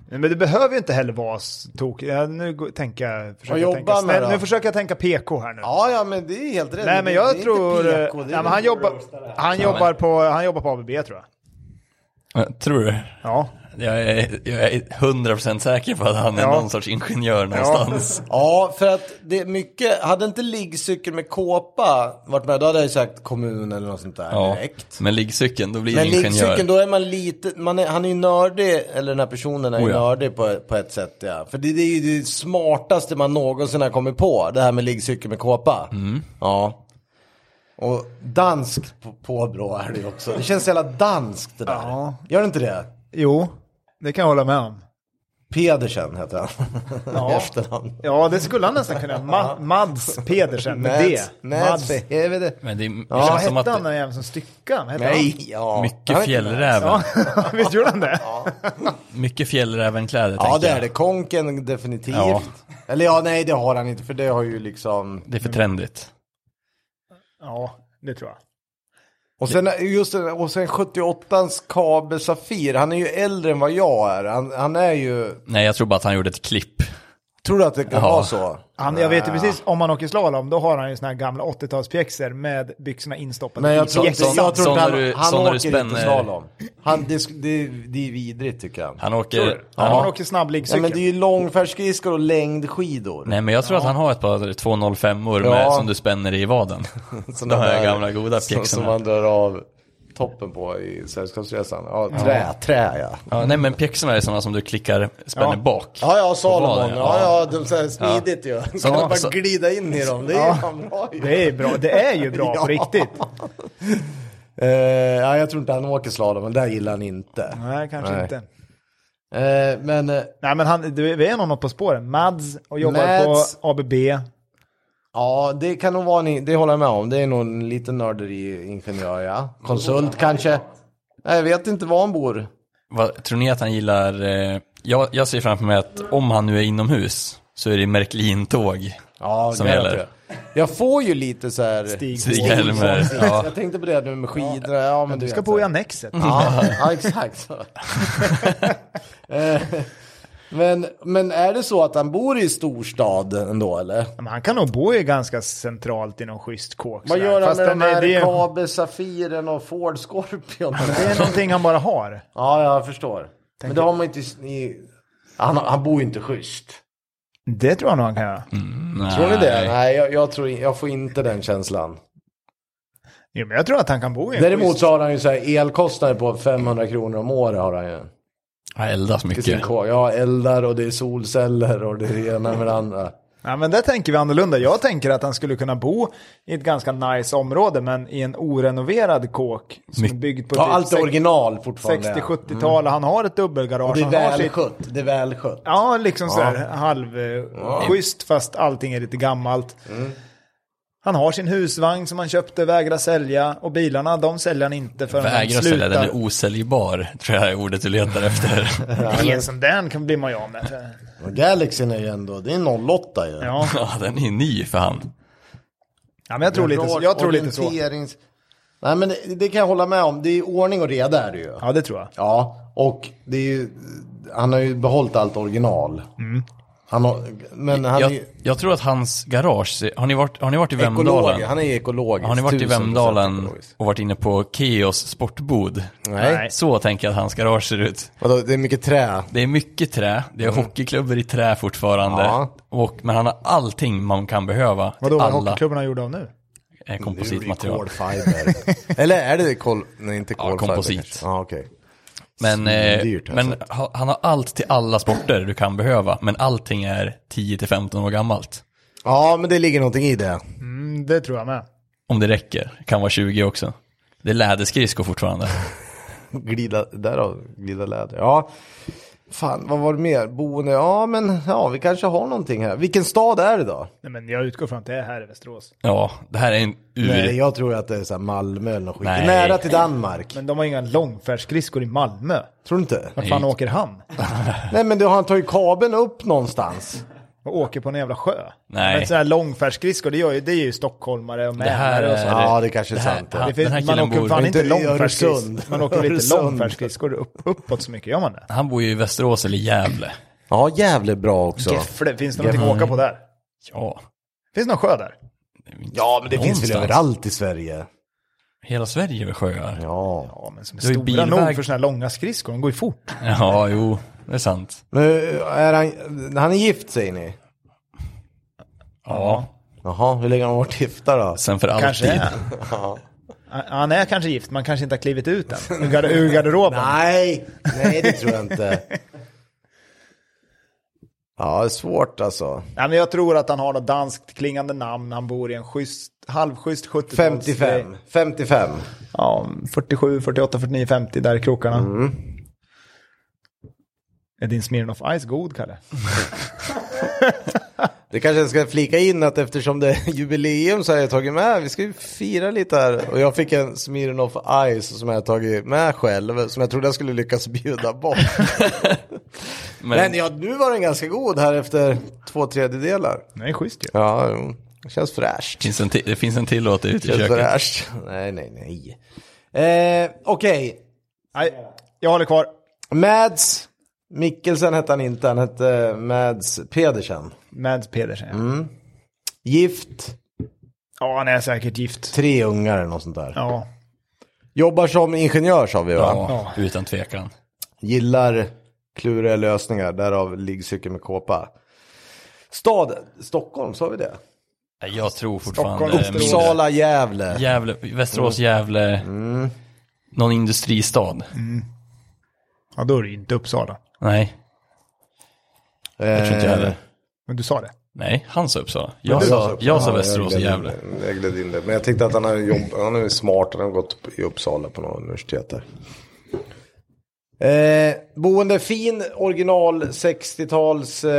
B: nej, Men det behöver ju inte heller vara så tokigt. Ja, nu går- tänker jag... Försöker
A: Vad
B: tänka,
A: jobbar han med
B: snäll-
A: då?
B: nu försöker jag tänka PK här nu.
A: Ja, ja, men det är helt rätt.
B: Nej, men
A: Det- det är
B: jag
A: inte
B: tror...
A: PK, det är-
B: nej, men han, jobbar, han, jobbar på, han jobbar på ABB tror jag.
C: Men Tror du?
B: Ja.
C: Jag är, jag är 100% säker på att han är
B: Ja.
C: någon sorts
A: [LAUGHS]
C: ingenjör någonstans.
A: Ja, för att det är mycket, hade inte liggcykel med kåpa varit med, då hade jag ju sagt kommun eller något sånt där
C: Ja.
A: direkt.
C: Men liggcykeln, då blir det
A: Men
C: ingenjör.
A: liggcykeln, då är man lite, man är, han är ju nördig, eller den här personen är ju
C: Oh ja.
A: nördig på, på ett sätt ja. För det, det är ju det smartaste man någonsin har kommit på, det här med liggcykel med kåpa.
C: Mm.
A: Ja. Och danskt på, påbrå är det ju också. Det känns så jävla danskt det där.
B: Ja.
A: Gör det inte det?
B: Jo, det kan jag hålla med om.
A: Pedersen heter han. [LAUGHS]
B: Ja.
A: I Efternamn.
B: Ja, det skulle han nästan kunna. Ma- Mads Pedersen med D.
A: Nät, nät för helvete.
C: Men det, det
B: Vad
C: känns som
B: hette han
C: att
B: den jäveln som styckade? Hette han?
A: Nej, ja.
C: mycket fjällräven,
B: Ja, [LAUGHS] visst gjorde han det?
C: mycket fjällrävenkläder
A: Ja,
C: tänker
A: det är
C: jag.
A: det. Konken definitivt.
C: Ja.
A: Eller ja, nej det har han inte för det har ju liksom...
C: Det är för trendigt.
B: Ja, det tror jag.
A: Och sen, just, det- och sen 78ans Kabe Safir, han är ju äldre än vad jag är. Han, han är ju...
C: Nej, jag tror bara att han gjorde ett klipp.
A: Tror du att det kan
C: Ja.
A: vara så?
B: Han, jag vet ju precis, om han åker slalom då har han ju såna här gamla 80-talspjäxor med byxorna instoppade
A: Nej, jag
B: i
A: tror inte,
B: pjäxan.
C: sån-
A: jag tror
C: sån
A: inte han,
C: när du-
A: han
C: sån när du
A: åker inte
C: spänner-
A: slalom. Han, det, sk- det, det är vidrigt tycker jag.
C: Han åker...
B: Tror du?
C: han
B: Han
C: har-
B: åker
A: Ja,
B: snabbliggscykel.
A: men det är ju långfärdsskridskor och längdskidor.
C: Nej, men jag tror att han har ett par 205 or
A: Ja.
C: med som du spänner
A: [LAUGHS]
C: i vaden. De här gamla goda
A: som, som
C: pjäxorna.
A: man drar av toppen på i Sällskapsresan. Ja, trä, trä ja.
C: Ja, nej, men pjäxorna är sådana som du klickar, spänner
B: Ja.
C: bak.
A: Ja, ja, Salomon.
C: vaden,
A: Ja,
C: ja.
A: ja, de så här smidigt ju. Ja. Kan
C: Så-
A: bara
C: så-
A: glida in i dem. Det är
B: Ja.
A: ju bra ju.
B: Det är, bra. Det är ju bra
A: [LAUGHS] Ja.
B: på riktigt.
A: Eh, ja, jag tror inte han åker slalom, men det där gillar han inte.
B: Nej, kanske
A: Nej.
B: inte.
A: Eh, men eh,
B: Nej, men han, du, vi är någon på spåren. Mads och jobbar
A: Mads.
B: på ABB.
A: ja, det kan nog vara, en, det håller jag med om. Det är nog en liten nörderi-ingenjör, ja. Konsult kanske. Nej, jag vet inte var han bor.
C: Vad, tror ni att han gillar... Eh, jag, jag ser framför mig att om han nu är inomhus så är det Märklin-tåg.
A: Ja,
C: Som
A: garanterat.
C: gäller.
A: Jag får ju lite så här...
B: Stig.
C: Stig Helmer. Ja.
A: Jag tänkte på det nu med skidor. Ja, men
B: Du
A: vet
B: ska
A: så
B: bo
A: här.
B: i Annexet.
A: [LAUGHS] Ja, ja exakt. så. Eh, men, men är det så att han bor i storstad ändå eller?
B: Men han kan nog bo i ganska centralt i någon schysst kåk.
A: Vad
B: sådär.
A: gör han
B: Fast
A: med de
B: är-
A: här
B: det, är-
A: Kabe, Safiren och Ford [LAUGHS] Scorpion?
B: det är någonting han bara har.
A: ja, jag förstår. Men det har man inte i- i... Han, han bor ju inte schysst.
B: Det tror jag nog han kan göra.
C: Nej.
A: Tror ni det? Nej, jag, jag, tror, in- jag får inte den känslan.
B: Jo, men jag tror att han kan bo i en
A: Däremot
B: schysst-
A: så har han ju så här elkostnader på 500 kronor om året har han ju.
C: Han eldas
A: Till sin
C: mycket.
A: kåk. Ja, eldar och det är solceller och det är det ena med det andra.
B: Ja, men där tänker vi annorlunda. Jag tänker att han skulle kunna bo i ett ganska nice område, men i en orenoverad kåk som är
C: My-
B: byggd på
A: Ja,
B: typ
A: allt är
B: sex-
A: original fortfarande.
B: 60-70-tal. Han har ett dubbelgarage.
A: Och det är
B: han har sitt-
A: välskött. Det är välskött.
B: Ja, liksom så här halvschysst fast allting är lite gammalt. Han har sin husvagn som han köpte, vägrar sälja och bilarna de säljer han inte förrän han
C: Vägrar sälja,
B: slutar.
C: den är osäljbar, tror jag är ordet du
A: [LAUGHS]
C: letar efter.
B: Nej, en sån där liksom, kan bli man ju av med.
A: Och Galaxyn är ju ändå, det är 08 ju.
B: Ja.
C: ja, den är ny för han.
B: ja, men jag tror lite så. Jag tror lite så.
A: Orienterings- Nej men det, det kan jag hålla med om. Det är ordning och reda är det ju.
B: Ja, det tror jag.
A: Ja, och det är ju, han har ju behållit allt original. Han har, men han är
C: Mm. Jag,
A: ju
C: jag tror att hans garage, har ni varit, har ni varit i
A: ekolog.
C: Vemdalen?
A: Han är ju ekologisk.
C: Har ni varit i
A: 1000%
C: Vemdalen
A: ekologisk.
C: och varit inne på Keos sportbod?
A: Nej.
B: Nej.
C: Så tänker jag att hans garage ser ut.
A: Vadå, det är mycket trä.
C: Det är mycket trä, det är hockeyklubbor i trä fortfarande.
A: Mm. Ja.
C: Och, men han har allting man kan behöva.
B: Vadå, vad är
C: alla
B: hockeyklubborna gjorde av nu?
C: eh,
A: Det är ju
C: kompositmaterial.
A: kolfiber. [LAUGHS] Eller är det kol, nej inte
C: Ja,
A: kolfiber.
C: komposit.
A: kanske. Ja, okej.
C: Men, eh,
A: Svindyrt, har jag
C: men ha- han har allt till alla sporter du kan behöva, men allting är 10-15 år gammalt.
A: Ja, men det ligger någonting i det.
B: Mm, det tror jag med.
C: Om det räcker, kan vara 20 också. Det är läderskridskor fortfarande.
A: [LAUGHS] glida, därav glida läder. Ja, fan vad var det mer? Boende, ja men ja vi kanske har någonting här. Vilken stad är det då?
B: Nej, men jag utgår från att det är här i Västerås.
C: Ja, det här är en ur...
A: Nej, jag tror att det är så här Malmö eller något skit.
C: Nej.
A: Nära till Danmark.
B: Men de har inga långfärdsskridskor i Malmö.
A: Tror du inte?
B: Vart fan åker han?
A: Nej men du, han tar ju kabeln upp någonstans.
B: och åker på en jävla sjö.
C: Nej.
B: Men sådana här långfärdsskridskor, det, gör ju, det är ju stockholmare och
C: här
B: mälare och
C: är-
B: sånt.
A: Ja, det kanske är
C: det här-
A: sant.
C: han-
A: Det
B: Det finns,
C: den här
B: man
C: killen
B: åker
C: bor-
B: fan
A: inte
B: inte
A: i Öresund.
B: långfärdsskridskor. Man åker lite
A: Öresund.
B: långfärdsskridskor upp, uppåt så mycket, gör man det?
C: Han bor ju i Västerås eller Gävle.
A: Ja, jävligt bra också.
B: Gäffle, finns det någonting att åka på där?
C: Ja.
B: Finns det någon sjö där?
A: Ja, men det finns väl
C: Någonstans.
A: överallt i Sverige.
C: Hela Sverige är sjöar.
A: Ja.
B: Ja, men som är
C: är ju
B: stora
C: bilväg.
B: nog för sådana här långa skridskor, de går ju fort.
C: Ja, jo, det är sant.
A: Nu är han, han är gift säger ni?
C: Ja,
A: Jaha, hur länge har han varit gifta då?
C: sen för
B: Kanske
C: alltid.
B: är han. Han är kanske gift, man kanske inte har klivit ut än. Ur gar- Ur garderoben.
A: Nej, nej det tror jag inte. Ja, det är svårt alltså.
B: Nej, men jag tror att han har något danskt klingande namn, han bor i en schysst, halvschysst 70
A: 55, 55. Mm.
B: Ja, 47, 48, 49, 50 där i krokarna. Är din Smirnoff Ice god, Kalle?
A: Det kanske jag ska flika in att eftersom det är jubileum så har jag tagit med, vi ska ju fira lite här. Och jag fick en Smirnoff Ice som jag har tagit med själv, som jag trodde jag skulle lyckas bjuda [LAUGHS] bort.
C: Men,
A: Men ja, nu var den ganska god här efter två tredjedelar.
B: Nej, schysst ju.
A: Ja, jo. det känns fräscht.
C: det finns en till- det finns en till låt ute i
A: Det känns
C: köket.
A: fräscht. Nej, nej, nej. Eh, Okej,
B: Nej, jag håller kvar.
A: Mads Mikkelsen hette han inte, han hette Mads Pedersen.
B: Mads Pedersen. Ja,
A: Mm. Gift,
B: Ja, han är säkert gift.
A: tre ungar eller något sånt där.
B: Ja.
A: Jobbar som ingenjör sa vi va?
C: Ja, utan tvekan.
A: Gillar kluriga lösningar, därav liggcykel med kåpa. Stad, Stockholm, sa vi det?
C: Nej, Jag tror
B: Stockholm,
C: fortfarande eh, mindre.
A: Uppsala, Gävle.
C: Gävle, Västerås, Gävle. Någon industristad.
B: ja, då är det ju inte Uppsala.
C: Nej, jag tror inte jag
A: Eh.
C: heller.
B: Men du sa det.
C: Nej, han sa Uppsala. Jag sa, jag sa Västerås och Gävle.
A: Jag gled in det. Men jag tänkte att han, har jobb, han är smart, han har gått i Uppsala på något universitet där. Eh, boende fin, original 60-tals, eh,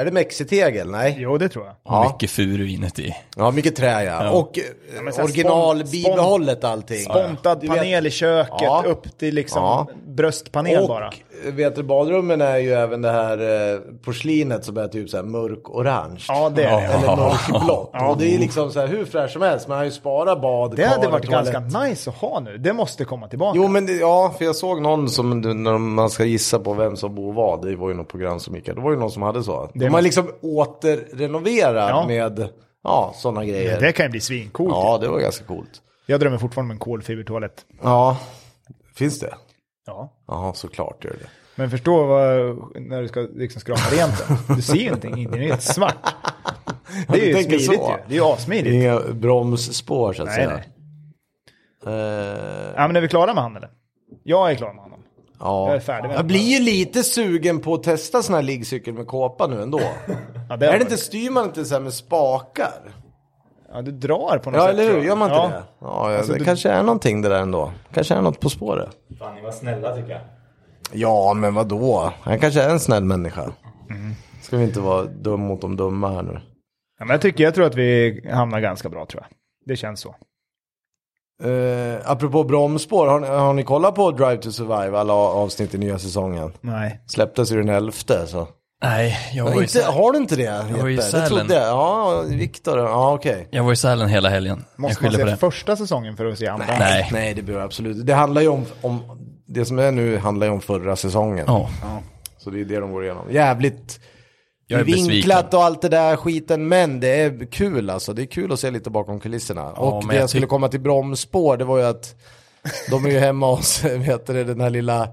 A: är det mexitegel? Nej.
B: Jo, det tror jag.
C: Och mycket furu inuti.
A: Ja, mycket trä ja. Och eh,
B: men så här
A: original,
B: spont- spont-
A: bibehållet allting.
B: Bontad
A: Du vet-
B: panel i köket,
A: Ja.
B: upp till liksom
A: Ja.
B: bröstpanel
A: och
B: bara.
A: eh, vet du, badrummen är ju även det här eh, porslinet som är typ så här mörk-orange.
B: Ja, det är
A: [LAUGHS]
B: det.
A: Eller mörkblått. Och det är liksom så här hur fräscht som helst. Man har ju sparat bad,
B: Det hade
A: kar,
B: varit
A: toalett.
B: ganska nice att ha nu. Det måste komma tillbaka.
A: Jo men det, ja, för jag såg någon som, när de- man ska gissa på vem som bor vad, det var ju något program som gick, här. det var ju någon som hade så. De har liksom återrenoverat
B: Ja.
A: med, ja, sådana grejer.
B: det kan ju bli svincoolt.
A: Ja, det var ganska coolt.
B: Jag drömmer fortfarande om en kolfibertoalett.
A: Ja, finns det?
B: Ja.
A: Ja, såklart gör
B: [LAUGHS]
A: det
B: Men förstå vad, när du ska liksom skrapa rent det. Du ser ju ingenting, ingenting, det är helt svart. Det
A: du
B: är ju
A: tänker
B: smidigt
A: så. Mm.
B: ju. Det är ju
A: det.
B: assmidigt.
A: Inga bromsspår så att
B: Nej,
A: säga.
B: nej.
A: Eh,
B: Ja, men är vi klara med han eller? Jag är klar med honom.
A: ja.
B: Jag är färdig med
A: Jag blir ju lite sugen på att testa sån här liggcykel med kåpa nu ändå.
B: [LAUGHS] Ja,
A: är
B: var
A: det inte, styr man inte så här med spakar?
B: Ja, du drar på något
A: Ja,
B: sätt.
A: eller
B: tror
A: hur?
B: jag.
A: Gör man inte
B: ja.
A: det? Ja, Alltså, det
B: du-
A: kanske är någonting det där ändå. Kanske är något på spåret.
D: Fan, ni var snälla tycker jag.
A: Ja, men Mm. vad då? Han kanske är en snäll människa. Ska vi inte vara dum mot de dumma här nu?
B: Ja, men jag, tycker, jag tror att vi hamnar ganska bra tror jag. Det känns så.
A: Eh, apropå bromsspår, har ni, har ni kollat på Drive to Survive, alla avsnitt i nya säsongen?
B: Nej.
A: Släpptes ju den elfte så.
C: Nej, jag var, i,
A: Inte, har du inte det?
C: var ju i
A: Jeppe? Det
C: Sälen.
A: trodde jag. Ja, Viktor. Ja, okej.
C: jag var i Sälen hela helgen. jag
B: Måste man
C: skyller
B: se
C: på det.
B: första säsongen för att se andra?
C: Nej.
A: Nej, det beror absolut. Det handlar ju om, om, det som är nu handlar ju om förra säsongen.
C: Ja,
A: Så det är det de går igenom. Jävligt
C: jag är besviken.
A: vinklat och allt det där skiten. Men det är kul alltså. Det är kul att se lite bakom kulisserna. och
C: men
A: det
C: jag
A: jag skulle
C: tyck-
A: komma till bromsspår, det var ju att de är ju hemma hos, [LAUGHS] vet du det, den här lilla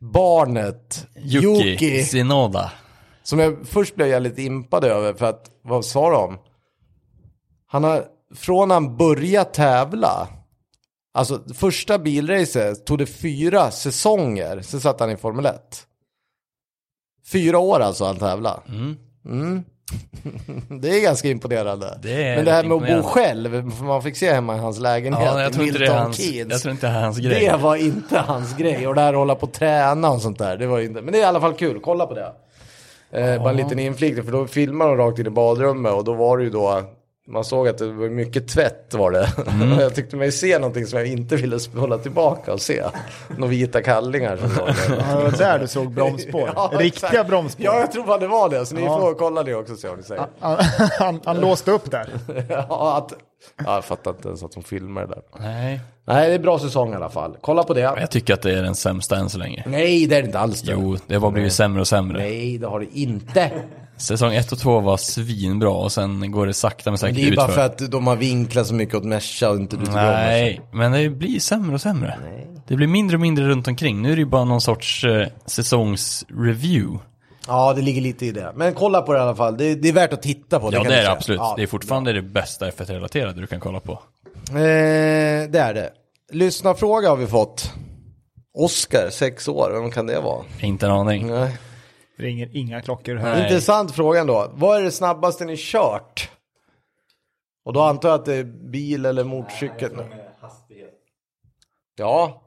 A: barnet.
C: Yuki, Sinoda.
A: Som jag först blev jag lite impad över för att, vad sa de? Han har, från han började tävla, alltså första bilracet tog det fyra säsonger, sen satt han i Formel 1. Fyra år alltså han tävla. Mm. [LAUGHS] Det är ganska imponerande.
C: Det är
A: Men det här med
C: lite
A: att bo själv, för man fick se hemma i hans lägenhet
C: Ja, jag
A: i
C: tror, inte det är
A: Milton
C: hans,
A: Keynes.
C: jag tror inte det är hans grej.
A: Det var inte hans grej. Och det här att hålla på och träna och sånt där. Det var inte... Men det är i alla fall kul. Kolla på det. Eh, bara en liten inflik. För då filmade de rakt in i badrummet. Och då var det ju då. Man såg att det var mycket tvätt var det.
B: Mm.
A: Och [LAUGHS] jag tyckte mig se någonting som jag inte ville spola tillbaka och se. Några vita kallingar som var där.
B: Ja, det var där du såg [LAUGHS] bromsspår.
A: [LAUGHS] Ja,
B: Riktiga
A: exakt.
B: bromsspår.
A: Ja, jag tror bara det var det. Så ni får kolla det också och se vad ni säger. [LAUGHS]
B: Han, han, han låste upp där.
A: Ja, att... ja, jag fattar inte ens att de filmar det där.
C: Nej,
A: Nej, det är bra säsong i alla fall. Kolla på det.
C: jag tycker att det är den sämsta än så länge.
A: Nej, det är det inte alls. det.
C: Jo, det har bara blivit sämre och sämre.
A: Nej, det har det inte.
C: Säsong 1 och 2 var svinbra och sen går det sakta men säkert
A: Det är ju
C: utför.
A: bara för att de har vinklat så mycket åt Mesha och inte du tycker om Mesha.
C: Nej, men det blir sämre och sämre. Det blir mindre och mindre runt omkring. Nu är det ju bara någon sorts eh, säsongsreview.
A: Ja, det ligger lite i det. Men kolla på det i alla fall. Det, det är värt att titta på.
C: Ja,
A: kan
C: det
A: jag
C: är det
A: säga.
C: absolut.
A: Ja,
C: det är fortfarande det bästa F1-relaterade du kan kolla på.
A: Eh, det är det. Lyssna fråga har vi fått. Oscar, sex år, vem kan det vara?
C: Inte en aning.
A: Nej.
B: Ringer inga klockor här.
A: Intressant fråga ändå. Vad är det snabbaste ni kört? Och då antar jag att det är bil eller motorcykel.
D: Med Eh, hastighet.
A: Ja,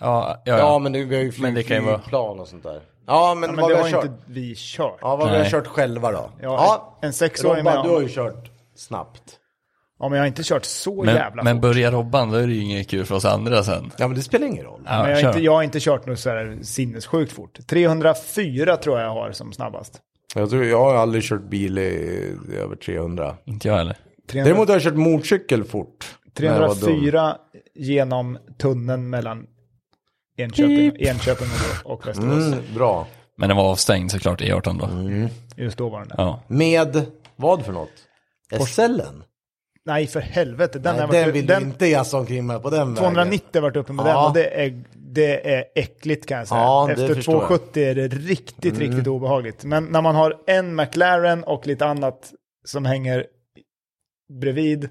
C: Ja, ja,
A: ja
C: ja.
A: men det, vi har ju
C: Men det
A: flyg,
C: kan ju vara-
A: flygplan och sånt där. Ja, men,
B: Ja, men
A: vad vi
B: det har
A: har kört.
B: inte vi kört.
A: Ja, vad vi har
C: Nej.
A: kört själva då. Ja,
B: en- en sexåring
A: Robban,
B: med-
A: du har ju kört snabbt.
B: Ja, men jag har inte kört så jävla
C: Men, men
B: fort.
C: börjar Robban, då är det ju inget kul för oss andra sen.
A: Ja, men det spelar ingen roll.
C: Ja,
B: men jag, har
C: kör.
B: inte, jag har inte kört något så här sinnessjukt fort. 304 tror jag jag har som snabbast.
A: Jag, tror, jag har aldrig kört bil i över 300.
C: Inte jag heller.
B: 300,
A: Däremot har jag kört motorcykel fort. när jag var dum.
B: 304 genom tunneln mellan Enköping, Enköping och, och Västerås.
A: Mm, bra.
C: Men den var avstängd såklart, E18 då.
A: Mm.
B: Just då var den där.
C: Ja.
A: Med vad för något? SLen?
B: Nej, för helvete. Den,
A: Nej,
B: har
A: den
B: varit-
A: vill du
B: den
A: inte jassa omkring med på den
B: 290 vart uppe med den
A: Ja.
B: och det är, det är äckligt kan jag säga.
A: Ja, det
B: Efter
A: förstår jag. Mm.
B: 270 är det riktigt, riktigt obehagligt. Men när man har en McLaren och lite annat som hänger bredvid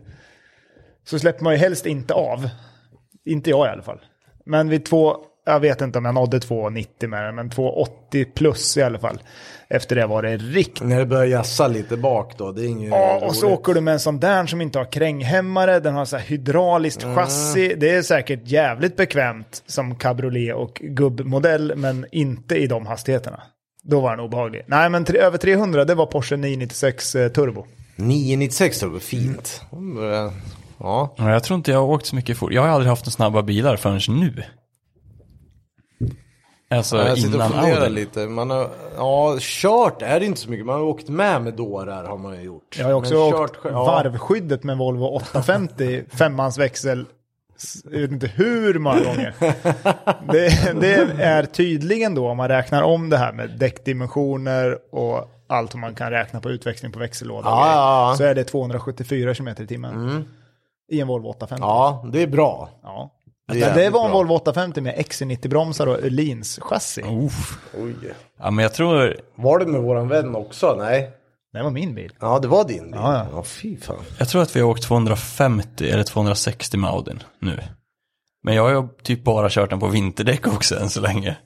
B: så släpper man ju helst inte av. Inte jag i alla fall. Men vid två, jag vet inte om jag nådde 290 med den, men 280 plus i alla fall. Efter det var det riktigt
A: vägen. När det börjar jassa lite bak då, det är inget
B: Ja, och så
A: roligt.
B: åker du med en sån där som inte har kränghämmare, den har så här hydrauliskt chassi. Det är säkert jävligt bekvämt som cabriolet och gubbmodell, men inte i de hastigheterna. Då var den obehaglig. Nej, men tre, över 300, det var Porsche 996 eh, Turbo.
A: 996 turbo, fint. Mm, eh, Ja.
C: Ja, Jag tror inte jag har åkt så mycket fort. Jag har aldrig haft några snabba bilar förrän nu. Alltså
A: Jag sitter och
C: innan
A: funderar
C: Audi.
A: lite. Man har, ja, kört är det inte så mycket. Man har åkt med med dårar har man ju gjort.
B: Jag har också
A: Men
B: åkt
A: själv- ja.
B: varvskyddet med Volvo 850, femmansväxel, s- jag vet inte hur många gånger. Det, det är tydligen då om man räknar om det här med däckdimensioner och allt man kan räkna på utväxling på växellåda. och
A: Ja,
B: grejer,
A: ja, ja.
B: Så är det 274 km i timmen i en Volvo 850. Ja.
A: Ja, det är bra.
B: Det,
A: är
B: det var en
A: bra.
B: Volvo 850 med XC90-bromsar och Öhlins chassi.
C: Uff.
A: Oj.
C: Ja, men jag tror,
A: Var det med våran vän också? Nej.
B: Det var min bil.
A: Ja, det var din bil.
B: Ja, ja.
A: fy fan.
C: jag tror att vi har åkt 250 eller 260 med Audin nu. Men jag har ju typ bara kört den på vinterdäck också än så länge.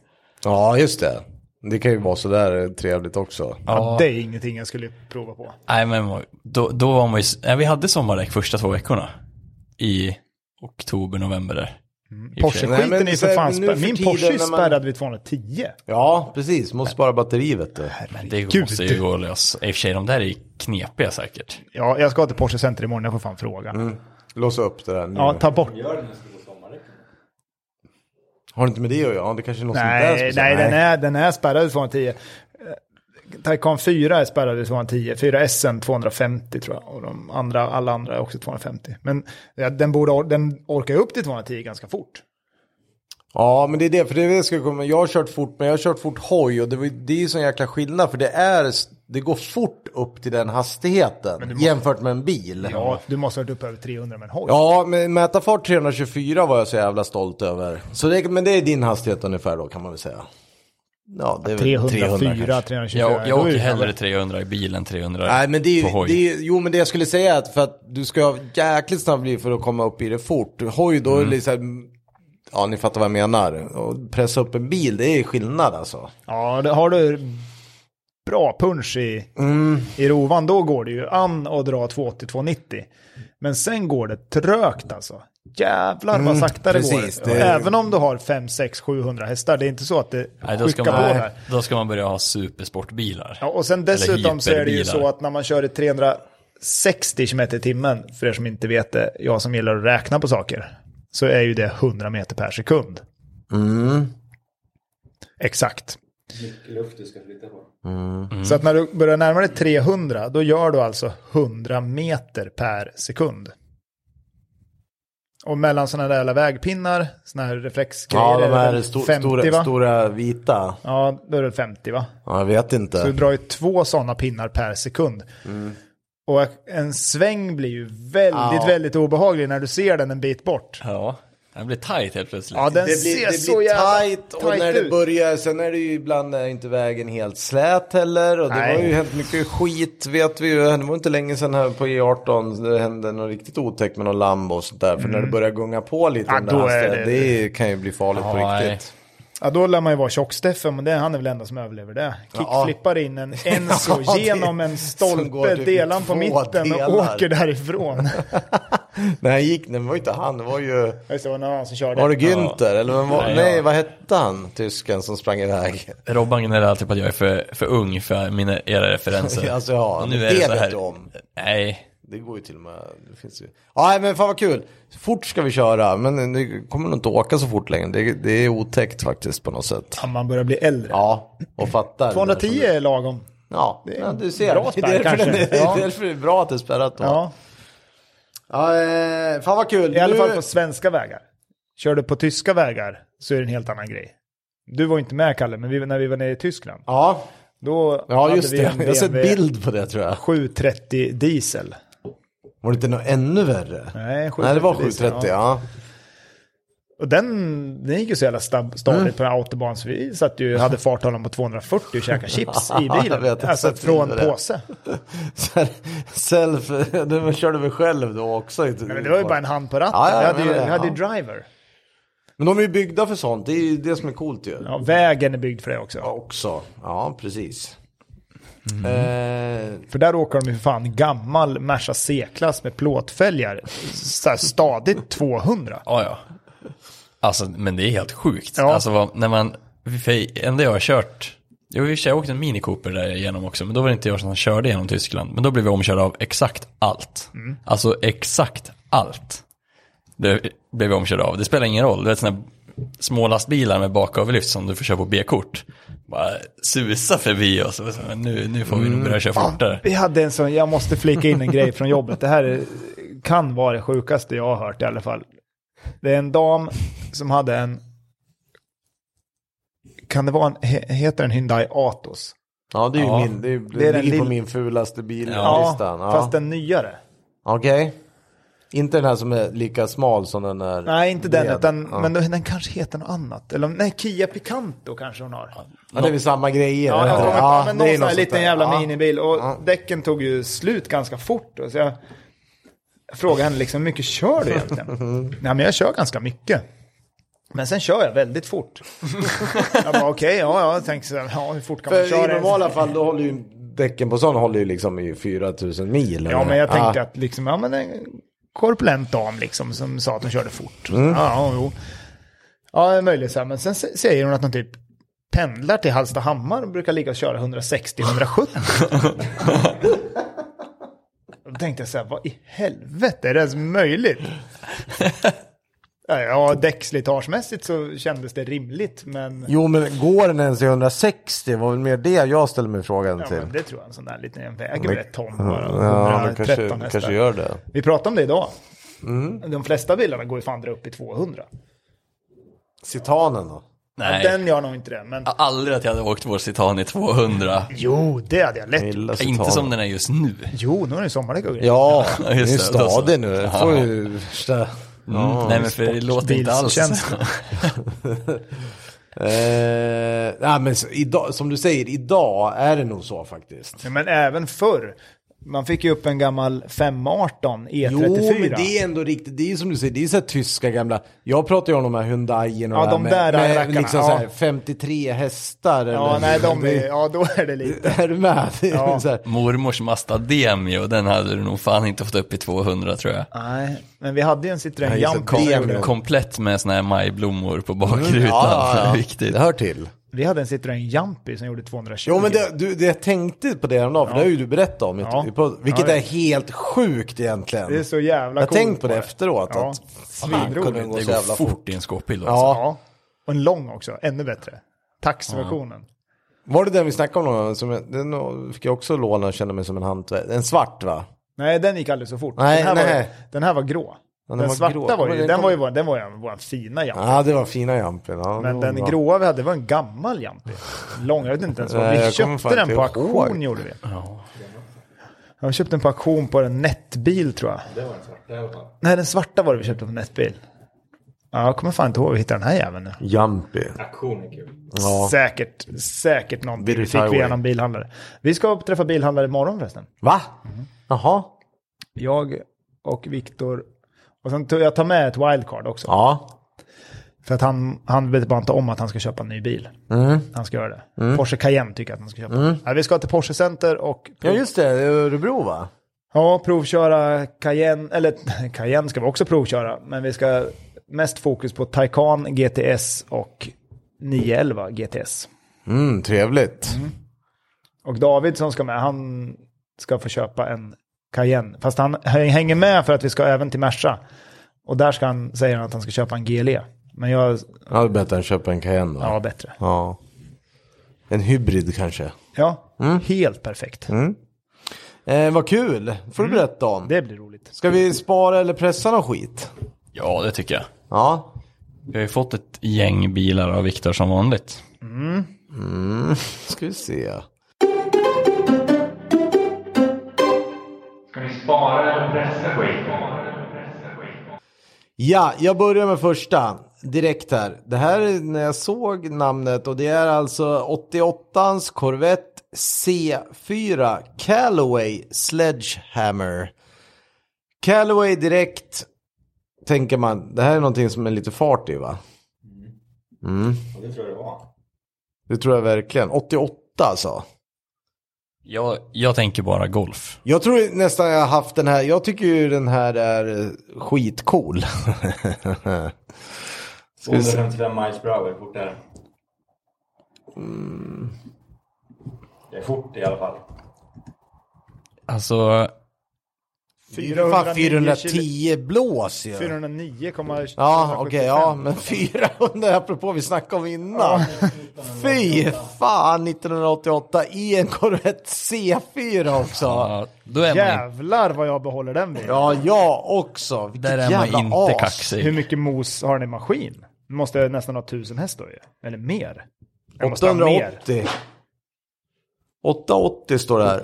A: Ja, just det. Det kan ju vara sådär trevligt också.
B: Ja. Det är ingenting jag skulle prova på.
C: Nej men då, då var man ju, nej, vi hade sommardäck första två veckorna. I oktober, november där. I och för sig.
A: Nej,
B: Porsche-skiten
A: men
B: är ju för
A: så-
B: fan
A: nu
B: spärrad.
A: för
B: Min
A: tiden
B: Porsche är
A: när man-
B: spärrad vid 210.
A: Ja, precis. Måste spara batteri vet du.
C: Men det
B: Gud.
C: måste ju gå att lösa. I och för sig, de där är knepiga säkert.
B: Ja, jag ska till Porsche Center imorgon, jag får fan fråga.
A: Låsa upp det där nu.
B: Ja, ta bort.
D: Gör det när du ska gå sommardäcken.
A: Har det inte med det att göra? Ja, det kanske är något sånt där
B: Nej,
A: speciellt.
B: nej, den är, den är spärrad vid 210. Eh, Taycan 4 är spärrad vid 210, 4 SN 250 tror jag. Och de andra, alla andra är också 250. Men ja, den, borde, or- den orkar ju upp till 210 ganska fort.
A: Ja, men det är det. För det är det jag ska komma. Jag har kört fort, men jag har kört fort hoj. Och det, var ju- det är ju sån jäkla skillnad. För det är... Det går fort upp till den hastigheten. Jämfört med en bil.
B: Ja, du måste ha varit uppe över 300 men hoj.
A: Ja, men mätarfart 324 var jag så jävla stolt över. Så det, men det är din hastighet ungefär då kan man väl säga. Ja, det är väl
B: 304,
A: 300 kanske.
B: 324.
C: Jag, jag
B: Då är
C: åker
B: det-
C: hellre 300 i bil än 300
A: Nej, men det
C: på
A: är,
C: hoj.
A: det är, jo men det jag skulle säga är att för att du ska ha jäkligt snabb bil för att komma upp i det fort. Hoj då är det så här, ja ni fattar vad jag menar. Och pressa upp en bil, det är skillnad alltså.
B: Ja, det- har du bra punch i,
A: Mm.
B: i rovan, då går det ju an att dra 280-290. Men sen går det trögt alltså. Jävlar vad sakta det
A: Mm, precis,
B: går.
A: det-
B: Även om du har 5, 6, 700 hästar, det är inte så att det
C: Nej, då,
B: skickar
C: ska
B: på
C: man,
B: där.
C: då ska man börja ha supersportbilar.
B: Ja, och sen dessutom så är det ju
C: hyperbilar.
B: så att när man kör i 360 km i timmen, för er som inte vet det, jag som gillar att räkna på saker, så är ju det 100 meter per sekund.
A: Mm.
B: Exakt.
D: Mycket luft du ska flytta på.
B: Så att när du börjar närma dig 300, då gör du alltså 100 meter per sekund. Och mellan sådana där jävla vägpinnar, sådana här reflexgrejer,
A: Ja, de
B: är det
A: här
B: väl
A: sto-
B: 50
A: stora,
B: va?
A: stora vita.
B: Ja, då är det 50 va?
A: Ja, jag vet inte.
B: Så du drar ju två sådana pinnar per sekund.
A: Mm.
B: Och en sväng blir ju väldigt, väldigt obehaglig när du ser den en bit bort.
C: Ja, den blir tajt helt plötsligt.
B: Ja, den
A: Det blir,
B: ser
A: det
B: så
A: blir
B: jävla
A: tajt och när det
B: ut.
A: börjar, sen är det ju ibland eh, inte vägen helt slät heller. Och det
B: Nej.
A: har ju hänt mycket skit vet vi ju. Det var inte länge sedan här på E18 det hände något riktigt otäckt med någon Lambo och sånt där. För när det börjar gunga på lite
B: Mm. Ja,
A: under
B: då är
A: hastigheten,
B: det-
A: det kan ju bli farligt på
C: Ja, nej.
A: riktigt. [LAUGHS]
B: Ja, då lär man ju vara tjock-Steffen, men det, han är väl enda som överlever det. Kickflippar in en Enzo
A: [LAUGHS] Ja, det-
B: genom en
A: som går
B: stolpe,
A: typ i
B: delar han på
A: två
B: mitten och
A: delar.
B: åker därifrån. [LAUGHS]
A: När han gick, nej, det var ju inte han, det var ju...
B: Just det, var någon annan som körde.
A: Var det Günther? Eller vem var,
C: Nej,
A: nej,
C: ja.
A: vad hette han, tysken som sprang iväg?
C: Robban gnäller alltid på att jag är för, för ung för mina, era
B: [LAUGHS]
C: referenser.
A: [LAUGHS] Alltså, ja,
C: Och
A: det vet inte om.
C: Nej,
A: Det går ju till och med, det finns ju. Ja, nej, men fan vad kul. Fort ska vi köra, men det kommer nog inte åka så fort längre. Det, det är otäckt faktiskt på något sätt.
B: Ja, man börjar bli äldre.
A: Ja, och fattar.
B: 210 är lagom.
A: Ja,
B: Det är
A: ja,
B: en
A: du ser.
B: bra spärr
A: det är därför,
B: kanske.
A: den är,
B: Ja.
A: det är därför det är bra att det är spärrat då.
B: Ja,
A: Ja, eh, fan vad kul.
B: I alla
A: Nu-
B: fall på svenska vägar. Kör du på tyska vägar så är det en helt annan grej. Du var inte med Kalle, men vi, när vi var nere i Tyskland.
A: Ja,
B: Då
A: ja just det.
B: hade vi
A: Jag
B: en
A: har sett
B: BMW
A: bild på det tror jag.
B: 730 diesel.
A: Var det inte något ännu värre?
B: Nej, 730
A: Nej, det var
B: diesel,
A: 730, ja.
B: Och den, den gick ju så jävla stab- stadigt
A: Mm.
B: på den här autobahn så vi satt ju, hade farthållaren på 240 och
A: [LAUGHS]
B: käkade chips i
A: Jag
B: bilen.
A: vet, jag
B: alltså
A: satt
B: från
A: i det.
B: påse.
A: Så här, Self, [LAUGHS] du körde väl själv då också? Nej,
B: Men det var ju bara en hand på ratten.
A: Ja, ja,
B: vi hade ju,
A: ja, ja.
B: vi hade ju driver.
A: Men de är ju byggda för sånt, det är ju det som är coolt ju.
B: Ja, vägen är byggd för det också.
A: Ja, Också, ja precis.
C: Mm.
A: Eh,
B: För där åker de ju för fan gammal Merca C-klass med plåtfälgar. Så här stadigt 200.
C: ja ja. Alltså, men det är helt sjukt.
B: Ja.
C: Alltså, vad, när man, för enda jag har kört, jo i och för sig jag åkte en Mini Cooper där igenom också, men då var det inte jag som körde genom Tyskland. Men då blev jag omkörd av exakt allt. Alltså exakt allt. Det blev jag omkörd av. Det spelar ingen roll. Du vet sådana små lastbilar med bakavlyft som du får köra på B-kort. Bara susa förbi oss. Och så, Nu, nu får vi nog börja köra fortare.
B: Vi hade en sån, jag måste flika in en grej från jobbet. Det här är, kan vara det sjukaste jag har hört i alla fall. Det är en dam som hade en, kan det vara en, he- heter den Hyundai Atos?
A: ja, det är ju
C: Ja.
A: min, det, är, det,
B: Det är den
A: ligger på
B: lill-
A: min fulaste billistan.
B: Ja,
A: Ja,
B: fast en nyare.
A: Okej. Inte den här som är lika smal som den är.
B: Nej, inte den,
A: bred.
B: utan,
A: ja.
B: men den, den kanske heter något annat. Eller om- nej, Kia Picanto kanske hon har.
A: Ja, det är väl samma grejer.
B: Ja, jag kommer på,
A: Ja,
B: men
A: det
B: någon
A: är
B: sån här
A: något sånt
B: liten
A: där.
B: jävla
A: Ja.
B: minibil. Och däcken tog ju slut ganska fort. Och så jag frågade henne liksom, hur mycket kör du egentligen?
A: [LAUGHS]
B: Nej, men jag kör ganska mycket. Men sen kör jag väldigt fort. jag bara, okej, ja, ja, jag tänkte så här, ja, hur fort kan man
A: För i
B: köra?
A: normala fall då håller ju däcken på sån håller ju liksom i 4000 mil.
B: Ja,
A: eller?
B: men jag tänkte
A: Ja.
B: att liksom, ja men en korpulent dam liksom som sa att hon körde fort.
A: Mm.
B: Ja, jo. Ja, det är möjligt så här. Men sen s- säger hon att hon typ pendlar till Hallstahammar och brukar ligga och köra 160-170.
A: [LAUGHS]
B: Då tänkte jag så här, vad i helvete är det ens möjligt? Ja, Ja, däckslitagemässigt så kändes det rimligt, men,
A: Jo, men går den ens i 160? Vad väl mer det jag ställer mig frågan
B: ja,
A: till.
B: men det tror jag en sån där liten väger väl ett ton bara.
A: Ja, den
B: 113
A: kanske,
B: hästar.
A: kanske gör det.
B: Vi pratade om det idag.
A: Mm.
B: De flesta bilarna går ju fan dra upp i 200.
A: Citanen då?
C: Nej.
B: Den gör nog inte det, men
C: Aldrig att jag hade åkt vår Citan i 200.
B: Mm. jo, det hade jag lätt
A: Jag
B: gjort.
A: gillar Citanen.
C: Inte som den är just nu.
B: Jo, nu är det sommardäck och grejer.
A: Ja, [LAUGHS]
C: Ja,
A: den är
C: just
A: ju
C: det, då så.
A: stadig nu. Den Får ju värsta... Ja.
C: Mm. Nej men för det låter inte alls.
B: sportbilskänsla.
A: Eh, nej, men så, idag, som du säger, idag är det nog så faktiskt.
B: Ja. Men även förr. Man fick ju upp en gammal E 518 E34.
A: Jo, men det är ändå riktigt. Det är ju som du säger, det är ju så här tyska gamla. Jag pratar ju om de här Hyundaien och
B: Ja,
A: det
B: de
A: här
B: där
A: med,
B: rackarna,
A: med liksom så här
B: ja.
A: 53 hästar.
B: Ja,
A: eller,
B: nej, de
A: det-
B: är, ja, då är det lite.
A: [LAUGHS] Är du med? Det är
B: Ja.
A: så här,
C: [LAUGHS] Mormors Mazda Demio, den hade du nog fan inte fått upp i 200 tror jag.
B: Nej, men vi hade ju en Citroën
A: Nej, så
B: Jumpy.
A: kom-
B: som
A: Demio.
B: gjorde-
C: Komplett med såna här majblommor på
B: Mm.
C: bakrutan. [LAUGHS] Det är viktigt.
A: Det hör till.
B: Vi hade en Citroën Jumpy som gjorde 220.
A: Jo men det, du, det jag tänkte på det häromdagen, för det har ju du berättat om, i-
B: Ja.
A: i podd, vilket
B: Ja, det-
A: är helt sjukt egentligen.
B: Det är så jävla
A: jag har
B: coolt
A: tänkt på det
B: bara.
A: efteråt.
B: Ja,
A: Att, fan,
B: svinroligt.
A: kunde den gå
C: Det
A: så jävla
C: går
A: fort.
C: fort i en skåpbil också.
A: Ja.
B: Ja, och en lång också, ännu bättre. Taxversionen.
A: Var det den vi snackade om? någon gång? Som jag, den fick jag också låna och kände mig som en hantverkare. En svart va?
B: Nej, den gick aldrig så fort.
A: Nej,
B: den, här
A: nej.
B: Var, den här var grå. Den,
A: den var
B: svarta
A: grå.
B: var
A: Kommer
B: ju,
A: den-
B: den var ju vår, den var ju vår fina Jumpy.
A: Ja, det var fina jampen. Ja, det
B: Men
A: var
B: den
A: bra.
B: gråa vi hade var en gammal Jumpy. Lång, jag vet inte ens vad.
A: Nej,
B: Vi
A: jag kommer
B: köpte
A: fan
B: den
A: inte
B: på auktion
A: ihåg.
B: gjorde vi. Jag köpte den på auktion på en nätbil tror jag.
D: Det var en svart i alla fall.
B: Nej, den svarta var det vi köpte på nätbil. Ja, jag kommer fan inte ihåg hur vi hittade den här jäveln nu.
A: Jampi.
D: Aktion är kul.
A: Ja.
B: Säkert, säkert någonting.
A: British
B: Vi fick vi
A: Highway.
B: genom bilhandlare. Vi ska träffa bilhandlare imorgon förresten.
A: Va?
B: Mhm.
A: Jaha.
B: Jag och Viktor. Och sen tog jag tar med ett wildcard också.
A: Ja.
B: För att han, han vet bara inte om att han ska köpa en ny bil. Han ska göra det. Porsche Cayenne tycker jag att han ska köpa. Ja, vi ska till Porsche Center och
A: Ja just det, Örebro va?
B: Ja, provköra Cayenne, eller [LAUGHS] Cayenne ska vi också provköra, men vi ska mest fokus på Taycan GTS och 911 GTS.
A: Mm, trevligt.
B: Mhm. Och David som ska med, han ska få köpa en Cayenne, fast han hänger med för att vi ska även till Merca. Och där ska han, säger han att han ska köpa en GLE. Men jag,
A: Ja, det är bättre än att köpa en Cayenne då.
B: ja bättre.
A: Ja. En hybrid kanske.
B: Ja, helt perfekt.
A: Eh, vad kul, får du berätta om.
B: Mm. Det blir roligt.
A: Ska vi spara eller pressa någon skit?
C: Ja, det tycker jag.
A: Ja.
C: Vi har ju fått ett gäng bilar av Viktor som vanligt.
A: Ska vi se.
E: Ska vi spara eller pressa skiten?
A: Ja, jag börjar med första. Direkt här. Det här är när jag såg namnet och det är alltså 88ans Corvette C4 Callaway Sledgehammer. Callaway direkt tänker man, det här är någonting som är lite fart i va?
D: Ja, det tror jag det var.
A: Det tror jag verkligen. 88 alltså.
C: Jag, jag tänker bara golf.
A: Jag tror nästan jag har haft den här, jag tycker ju den här är eh, skitcool. [LAUGHS] Ska vi se.
D: 255 miles per hour, fort där.
A: Mm.
D: Det är fort i alla fall.
C: Alltså,
A: Det är ju fan
B: 409
A: 410 blås ju.
B: 409,25.
A: Ja, okej, ja, men 400 apropå vi snackade om innan. Fy fan, 1988 i en Corvette C4 också.
C: ja, då är man, in,
B: Jävlar vad jag behåller den bilen.
A: Ja, jag också. Vilket
C: där är man
A: jävla
C: inte
A: as.
B: Hur
C: kaxig.
B: mycket mos har den i maskin? Den måste nästan ha tusen häst då ju. Eller mer. Den måste ha mer.
A: 880. 880 står det här.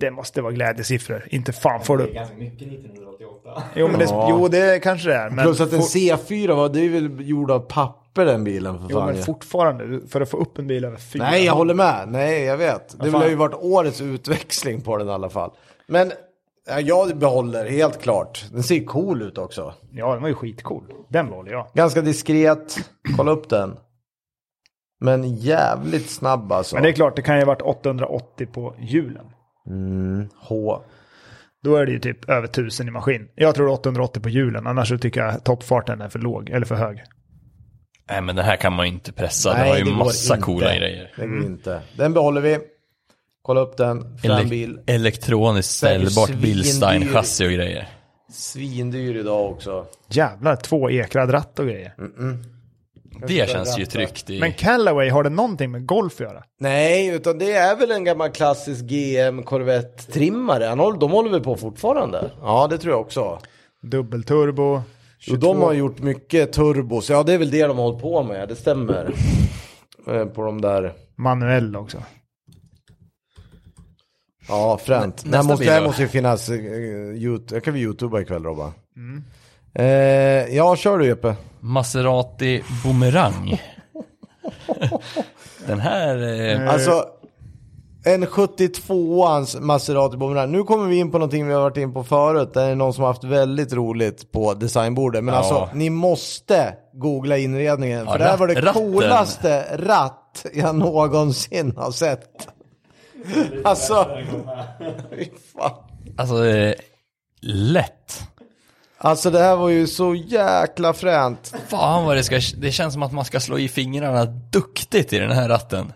B: Det måste vara glädjesiffror. Inte fan får
D: Det är
B: du.
D: ganska mycket 1988.
B: Jo, men det,
A: Ja.
B: jo, det kanske det är. Men,
A: Plus att en
B: for-
A: C4, var, det är väl gjord av papper den bilen för
B: jo,
A: fan.
B: men
A: ju.
B: fortfarande, för att få upp en bil över fyra.
A: Nej, jag håller med. Nej, jag vet. Det
B: fan.
A: har ju varit årets utväxling på den i alla fall. Men ja, jag behåller helt klart. Den ser ju cool ut också.
B: Ja, den var ju skitcool. Den behåller jag.
A: Ganska diskret. Kolla upp den. Men jävligt snabb alltså.
B: Men det är klart, det kan ju ha varit 880 på hjulen.
A: H.
B: Då är det ju typ över tusen i maskin. Jag tror 880 på hjulen, annars så tycker jag toppfarten är för låg, eller för hög.
C: Nej, men det här kan man ju inte pressa.
A: Nej,
C: det har ju
A: det går
C: massa
A: inte.
C: coola grejer.
A: Det går inte. Den behåller vi. Kolla upp den.
C: Ele-
A: Frambil.
C: elektroniskt
A: Säkert
C: ställbart
A: svindyr.
C: Bilstein-chassi och grejer.
A: Svindyr idag också.
B: Jävlar, två ekrad ratt och grejer.
C: Det känns ju tryggt.
B: Men
C: I...
B: Callaway, har det någonting med golf att göra?
A: Nej, utan det är väl en gammal klassisk GM Corvette-trimmare. Han håller- De håller väl på fortfarande? Ja, det tror jag också.
B: Dubbelturbo.
A: Jo, de har gjort mycket turbos. Ja, det är väl det de har hållit på med. Det
B: [LAUGHS]
A: stämmer. Eh, på de där.
B: Manuell också.
A: Ja, fränt. Det här
C: nästa
A: måste,
C: bil
A: här
C: då?
A: måste ju finnas. eh, yout- Jag kan vi youtuba ikväll, Robban.
C: Mm.
A: Eh, ja, kör du Jeppe.
C: Eh. Maserati
B: [LAUGHS]
C: Boomerang. den här... Eh,
A: Alltså, en 72ans Maserati Boomerang. Nu kommer vi in på någonting vi har varit in på förut. Där det är någon som har haft väldigt roligt på designbordet. Men
C: Ja.
A: alltså, ni måste googla inredningen.
C: Ja,
A: för det här var det
C: ratten.
A: coolaste ratt jag någonsin har sett.
C: [LAUGHS]
A: alltså, fy fan.
C: alltså, eh, lätt.
A: Alltså det här var ju så jäkla fränt.
C: Fan vad det ska... Det känns som att man ska slå i fingrarna duktigt i den här ratten.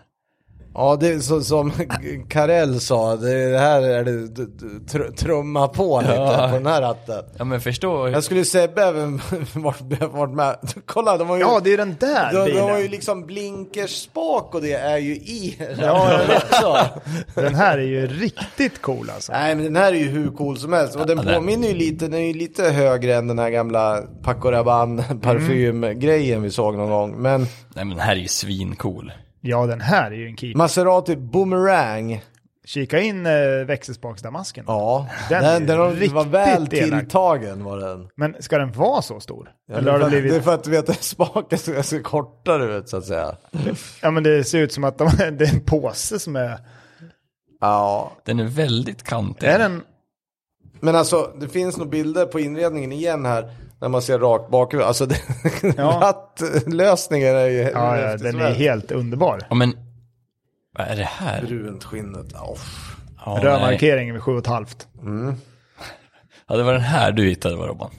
A: Ja, det är så, som [LAUGHS] Karell sa, det det här är det d- d- tr- trumma på lite
C: Ja.
A: på den här ratten.
C: Ja, men förstå.
B: Alltså-
A: Jag skulle Sebbe [LAUGHS] även varit, varit med. Kolla, de har ju...
B: Ja, det är den där
A: de, de
B: bilen.
A: har ju liksom blinkerspak och det är ju i ja, också.
B: Den här är ju riktigt cool alltså.
A: [LAUGHS] Nej men den här är ju hur cool som helst. Och den
C: den-
A: påminner ju lite, den är ju lite högre än den här gamla Paco [LAUGHS]
B: Mm.
A: Rabanne parfymgrejen vi såg någon gång. Men
C: Nej, men den här är ju svincool.
B: Ja, den här är ju en kik.
A: Maserati Boomerang.
B: Kika in eh, växelspaksdamasken.
A: Ja, den,
B: Den
A: den,
B: är
A: har- var
B: riktigt
A: väl
B: elak.
A: tilltagen var den.
B: Men ska den vara så stor?
A: Ja, det,
B: Eller
A: är för,
B: har det
A: det är
B: blivit...
A: för att du vet [LAUGHS] att smaken ser ser kortare ut så att säga.
B: Ja, men det ser ut som att de, [LAUGHS] det är en påse som är...
A: Ja,
C: Den är väldigt kantig.
B: Är den...
A: men alltså det finns nog bilder på inredningen igen här. När man ser rakt bakifrån. Alltså det, [LAUGHS] rattlösningen är ju hur
B: Ja, ja,
A: häftig
B: den
A: som
B: är
A: helst.
B: helt underbar.
C: Ja, men vad är det här?
A: Brunt skinnet. Off.
C: Ja,
B: Röd
C: nej.
B: markering vid 7,5.
C: ja, det var den här du hittade va Robban?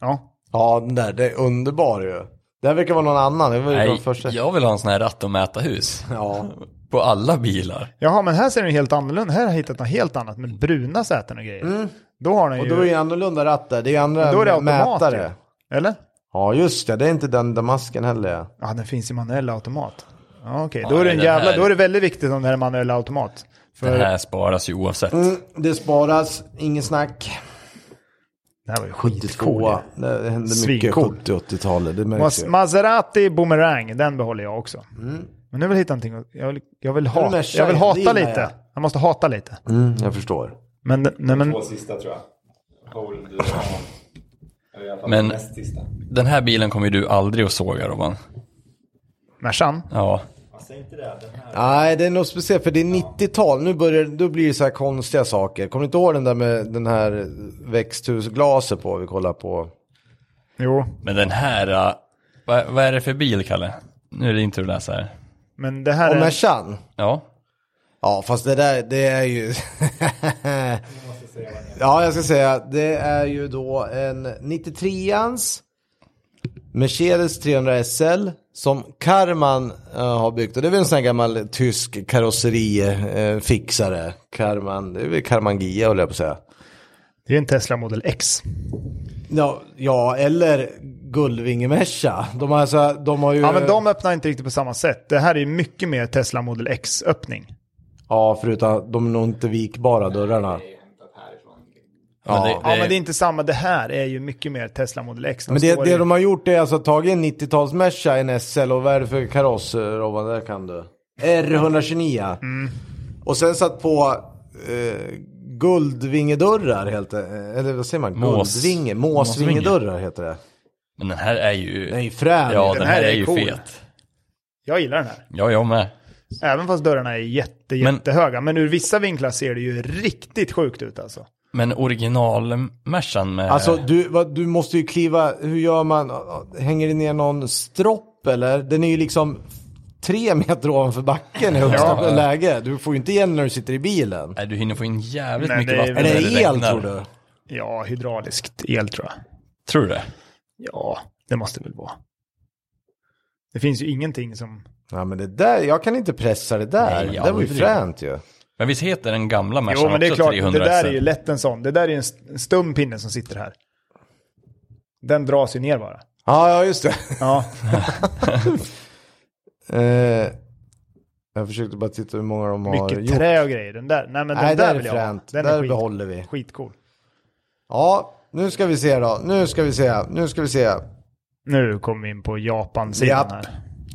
B: Ja,
A: Ja, den där, det är underbar ju. Det här verkar vara någon annan. Det var ju den
C: Nej,
A: första.
C: jag vill ha en sån här ratt och mätarhus.
A: Ja.
C: På alla bilar.
B: Jaha, men här ser den helt annorlunda. Här har jag hittat något helt annat med bruna säten och grejer. Då har den
A: Och
B: ju...
A: då är det ju annorlunda ratt där. Det är ju andra
B: då är det automat.
A: mätare.
B: ju. Eller?
A: Ja, just det. Det är inte den där masken heller.
B: Ja, den finns i manuell automat. Ja, okej.
C: Ja,
B: Då, är det en
C: den
B: jävla,
C: här-
B: då är det väldigt viktigt om det här är manuell automat. För
C: Det här sparas ju oavsett.
A: Mm, det sparas, ingen snack.
B: det här var ju skitcool. ju.
A: Det det hände mycket
B: Svincool.
A: 70 80-talet. Det märks
B: Mas-
A: ju.
B: Maserati Boomerang, den behåller jag också. Men nu vill jag hitta någonting. att- Jag vill, jag vill,
A: den
B: ha,
A: där
B: jag vill hata
A: tjejbilen,
B: lite.
A: ja.
B: Jag måste hata lite.
A: Mm, jag förstår.
B: Men, nej, men
A: Mm.
D: Två sista tror jag. Hold. eh, Eller i alla fall
C: Men-
D: näst sista.
C: Den här bilen kommer ju du aldrig att såga Robban.
B: Mercan?
C: Ja.
D: Ja, Säg inte det. Den här.
A: Nej, det är nog speciellt för det är 90-tal. Nu börjar, då blir det så här konstiga saker. Kommer du inte ihåg den där med den här växthusglaset på? Vi kollar på.
B: Jo,
C: Men den här, äh, vad, vad är det för bil Kalle? Nu är det inte du läser här.
B: men det här
A: Om
B: är...
A: jag kan.
C: Ja.
A: Ja, fast det där, det är ju... [LAUGHS] ja, jag ska säga, det är ju då en 93ans Mercedes 300 SL som Karman eh, har byggt. Och det är väl en sån här gammal tysk karosserifixare. Karman, det är väl Karman Gia höll jag på att säga.
B: Det är en Tesla Model X.
A: Ja, ja eller Gullvingemerca. De, har alltså, de har ju...
B: Ja, men de öppnar inte riktigt på samma sätt. Det här är ju mycket mer Tesla Model X-öppning.
A: Ja, förutom att de är nog inte vikbara dörrarna.
C: Men det,
B: Ja, men det är inte samma. Det här är ju mycket mer Tesla Model X.
A: Men det,
B: står
A: det
B: ju-
A: de har gjort är alltså tagit en 90-talsmerca, en SL och vad är det för kaross eh, Robban? Där kan du. R129. Och sen satt på eh, guldvingedörrar helt eh, Eller vad säger man?
C: Mås-
A: Guldvinge? Måsvingedörrar heter det.
C: Men den här är ju...
A: Den är ju frän.
C: ja,
A: ju.
C: den, här är, ju
B: cool.
C: fet.
B: Jag gillar den här.
C: Ja, jag med.
B: Även fast dörrarna är jätte,
C: Men-
B: jättehöga. Men ur vissa vinklar ser det ju riktigt sjukt ut alltså.
C: Men originalmersan med...
A: Alltså du, vad, du måste ju kliva, hur gör man? Hänger det ner någon stropp eller? Den är ju liksom tre meter ovanför backen i högsta
C: Ja.
A: läge. Du får ju inte igen när du sitter i bilen.
C: Nej, du hinner få in jävligt
B: Nej,
C: mycket
B: det är-
C: vatten.
A: Är
B: Men
C: när
A: det el
C: regnar.
A: tror du?
B: Ja, hydrauliskt el tror jag.
C: Tror du det?
B: Ja, det måste väl vara. Det finns ju ingenting som...
A: Ja men det där, jag kan inte pressa det där.
C: Nej,
A: det var ju
C: aldrig.
A: fränt ju.
C: Men visst heter den gamla Mercan
B: Jo, men det är
C: också
B: klart,
C: 300
B: det där är
C: SL?
B: ju lätt en sån. Det där är ju en st- en stum pinne som sitter här. Den dras ju ner bara.
A: Ja, ja just det.
B: Ja,
A: [LAUGHS] Eh, jag försökte bara titta hur många de har
B: mycket
A: gjort.
B: trä och grejer. Den där, nej men den
A: Nej,
B: där
A: där är
B: vill jag ha.
A: fränt.
B: Den
A: Där
B: är skit,
A: behåller vi.
B: Skitcool.
A: Ja, nu ska vi se då. Nu ska vi se. Nu ska vi se.
B: Nu kommer vi in på Japan-sidan
A: Japp.
B: här.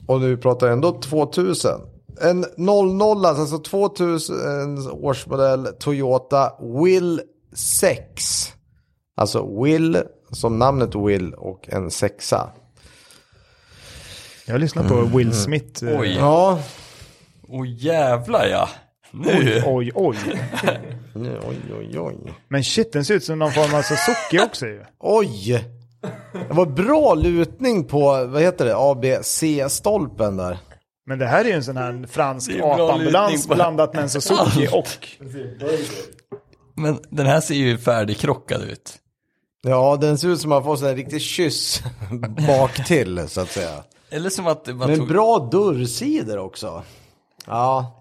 A: Och nu pratar jag ändå 2000. En 00, alltså 2000 årsmodell Toyota Will 6. Alltså Will som namnet Will och en sexa.
B: Jag lyssnar på Will Smith. eh,
C: Oj,
A: Ja,
C: åh jävlar ja. Nu.
B: Oj, oj.
A: nu, oj, oj, oj.
B: Men shit, den ser ut som någon form av alltså Suzuki också ju.
A: Oj! Det var bra lutning på, vad heter det, ABC-stolpen där.
B: Men det här är ju en sån här fransk
C: Det är bra
B: apambulans
C: lutning på-
B: blandat med en Suzuki
C: Allt.
B: och...
C: [LAUGHS] Men den här ser ju färdigkrockad ut.
A: Ja, den ser ut som man får en riktig kyss [LAUGHS] bak till så att säga.
C: Eller som att det bara
A: Men
C: tog...
A: bra dörrsidor också. Ja,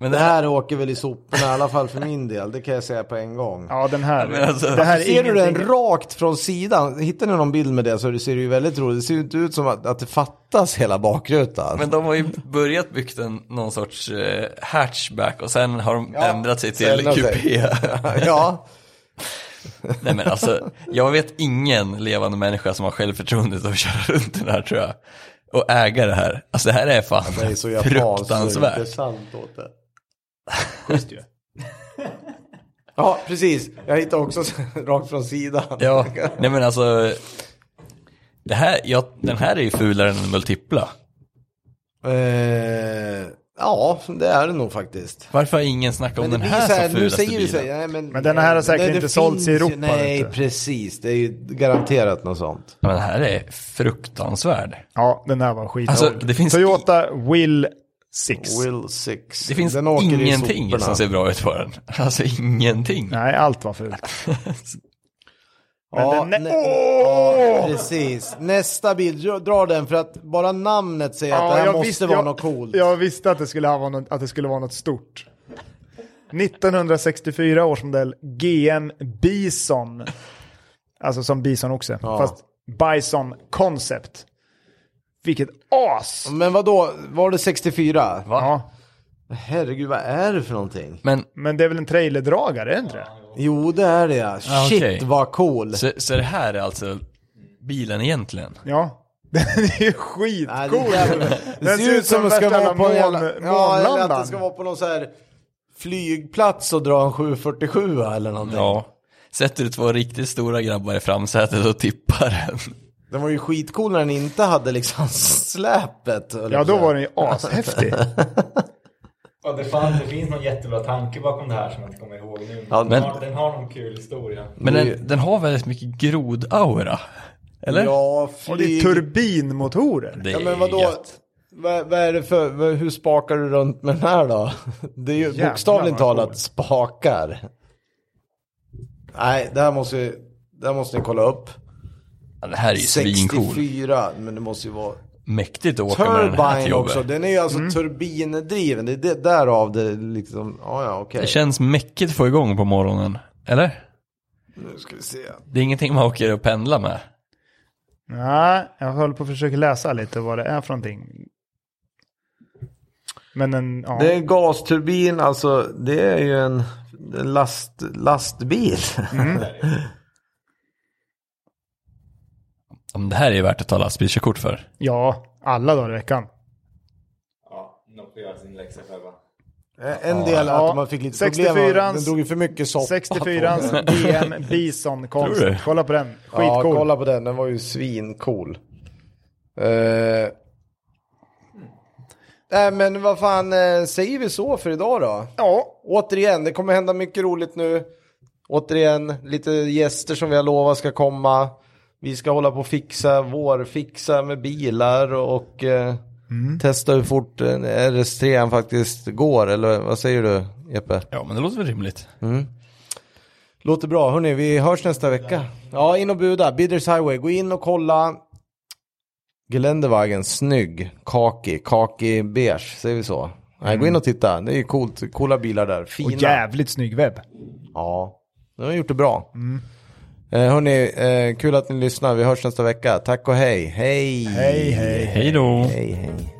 C: Men
A: det
C: det här...
A: här åker väl i soporna i alla fall för min del, det kan jag säga på en gång.
B: Ja, den här.
C: men alltså,
B: det här är
A: Ser du den
B: ingenting.
A: rakt från sidan? Hittar ni någon bild med det så det ser ju väldigt roligt. Det ser ju inte ut som att, att det fattas hela bakrutan.
C: Men de har ju börjat byggt en, någon sorts eh, hatchback och sen har de ändrat sig
A: sen
C: till
A: ändrat sig.
C: kupé.
A: [LAUGHS] Ja,
C: [LAUGHS] Nej men alltså, jag vet ingen levande människa som har självförtroendet att köra runt den här tror jag. Och äga det här. Alltså det här är fan
A: det är så japanskt så det är
C: fruktansvärt.
A: intressant åt
B: [LAUGHS]
A: det.
B: Schysst ju.
A: Ja, precis. Jag hittade också [LAUGHS] rakt från sidan. [LAUGHS]
C: Ja, nej men alltså. Det här, ja, den här är ju fulare än en multipla.
A: Eh, Ja, det är det nog faktiskt.
C: Varför har ingen snackat om den
A: blir
C: här,
A: så här,
C: så fulaste bilen?
A: så här, nej,
B: Men den här har säkert
A: nej, det
B: inte sålts i
A: finns ju-
B: Europa,
A: Nej,
B: vet du.
A: precis. Det är ju garanterat något sånt.
C: Ja, men den här är fruktansvärd.
B: Ja, den där var skit.
C: Alltså, det finns-
B: Toyota Will 6.
A: Will 6.
C: Det finns ingenting som ser bra ut på den. [LAUGHS] Alltså ingenting.
B: Nej, allt var fult. Men
A: Ja,
B: den är...
A: nej.
B: Åh!
A: Precis. Nästa bild, dra- dra den för att bara namnet säger att det här
B: jag
A: måste
B: visste-
A: vara
B: jag-
A: något coolt.
B: Jag visste att det skulle, ha vara något, att det skulle vara något stort. 1964 års modell GM Bison. Alltså som Bison också. Fast Bison Concept. Vilket as!
A: Men vad då? var det 64?
C: Va?
B: Ja,
A: Herregud, vad är det för någonting?
C: Men
B: men det är väl en trailerdragare, är det inte det?
A: Jo, det är det ja.
C: Ja,
A: Shit,
C: Ah, okej.
A: vad cool.
C: så, så det här är alltså bilen egentligen?
B: Ja. [LAUGHS] Den är ju
A: Nej,
B: skitcool.
A: det, där-
B: [LAUGHS]
A: det
B: Den
A: ser ut som det ska
B: värsta
A: vara på en jävla...
B: mån-
A: Ja, eller att
B: månlandaren.
A: det ska vara på någon så här flygplats och dra en 747 eller någonting.
C: Ja. Sätter du två riktigt stora grabbar i framsätet och tippar den.
A: Den var ju skitcool när den inte hade liksom [LAUGHS] släpet.
B: Ja, då var den ju ashäftig.
A: [LAUGHS]
D: Ja, det, fanns, det finns någon jättebra tanke bakom det här som jag inte kommer ihåg nu.
A: Ja,
D: den,
A: men-
D: har, den har någon kul historia.
C: Men
A: Det är ju-
C: den, den har väldigt mycket grodaura. Eller?
A: Ja,
B: Och det är
A: flyg-
B: turbinmotorer.
C: Det
A: Ja,
C: är
A: men vadå?
C: gött.
A: Vad, vad är det för, vad, hur spakar du runt med den här då? [LAUGHS] Det är ju
B: Jävlar,
A: bokstavligt
B: vad
A: talat
B: coolt.
A: spakar. Nej, det här måste, ju- det här måste ni kolla upp.
C: Ja, det här är ju svincool.
A: 64, men det måste ju vara
C: Mäktigt att åka med den här till
A: turbine
C: jobbet.
A: också. Den är ju alltså turbindriven. Det är det, därav det liksom, ja ja okej.
C: Det känns mäckigt att få igång på morgonen. Eller?
A: Nu ska vi se.
C: Det är ingenting man åker och pendlar med.
B: Nej, jag håller på att försöka läsa lite vad det är för någonting. Men en, ja.
A: Det är en gasturbin, alltså det är ju en, en last, lastbil.
C: Ja, men Det här är ju värt att ta lastbilskörkort för.
B: ja, alla dagar i veckan.
D: Ja, de får göra sin läxa själva.
A: [LAUGHS] En del
B: Ja.
A: att man fick lite problem av-
B: 64ans
A: den drog ju för mycket soppa.
B: 64 ans GM Bison
C: Tror du?
B: koncept. Kolla på den,
A: Ja,
B: skitcool.
A: kolla på den. Den var ju svincool. Eh, Nej, men vad fan eh, säger vi så för idag då?
B: Ja,
A: Återigen, det kommer hända mycket roligt nu. Återigen, lite gäster som vi har lovat ska komma. Vi ska hålla på och fixa, vårfixa med bilar och eh, testa hur fort eh, en RS3 faktiskt går. Eller vad säger du, Jeppe?
C: Ja, men det låter väl rimligt.
A: Låter bra, hörni. Vi hörs nästa vecka. Ja, in och buda. Bidders Highway. Gå in och kolla. Geländewagen, snygg. Kaki, kaki beige, säger vi så? Nej, gå in och titta. Det är ju coolt. Coola bilar där. Fina.
B: och jävligt snygg webb.
A: Ja, de har gjort det bra. Eh, hörni, eh, kul att ni lyssnar. Vi hörs nästa vecka. Tack och hej. Hej.
B: Hej, hej.
C: Hej då!
A: hej, hej.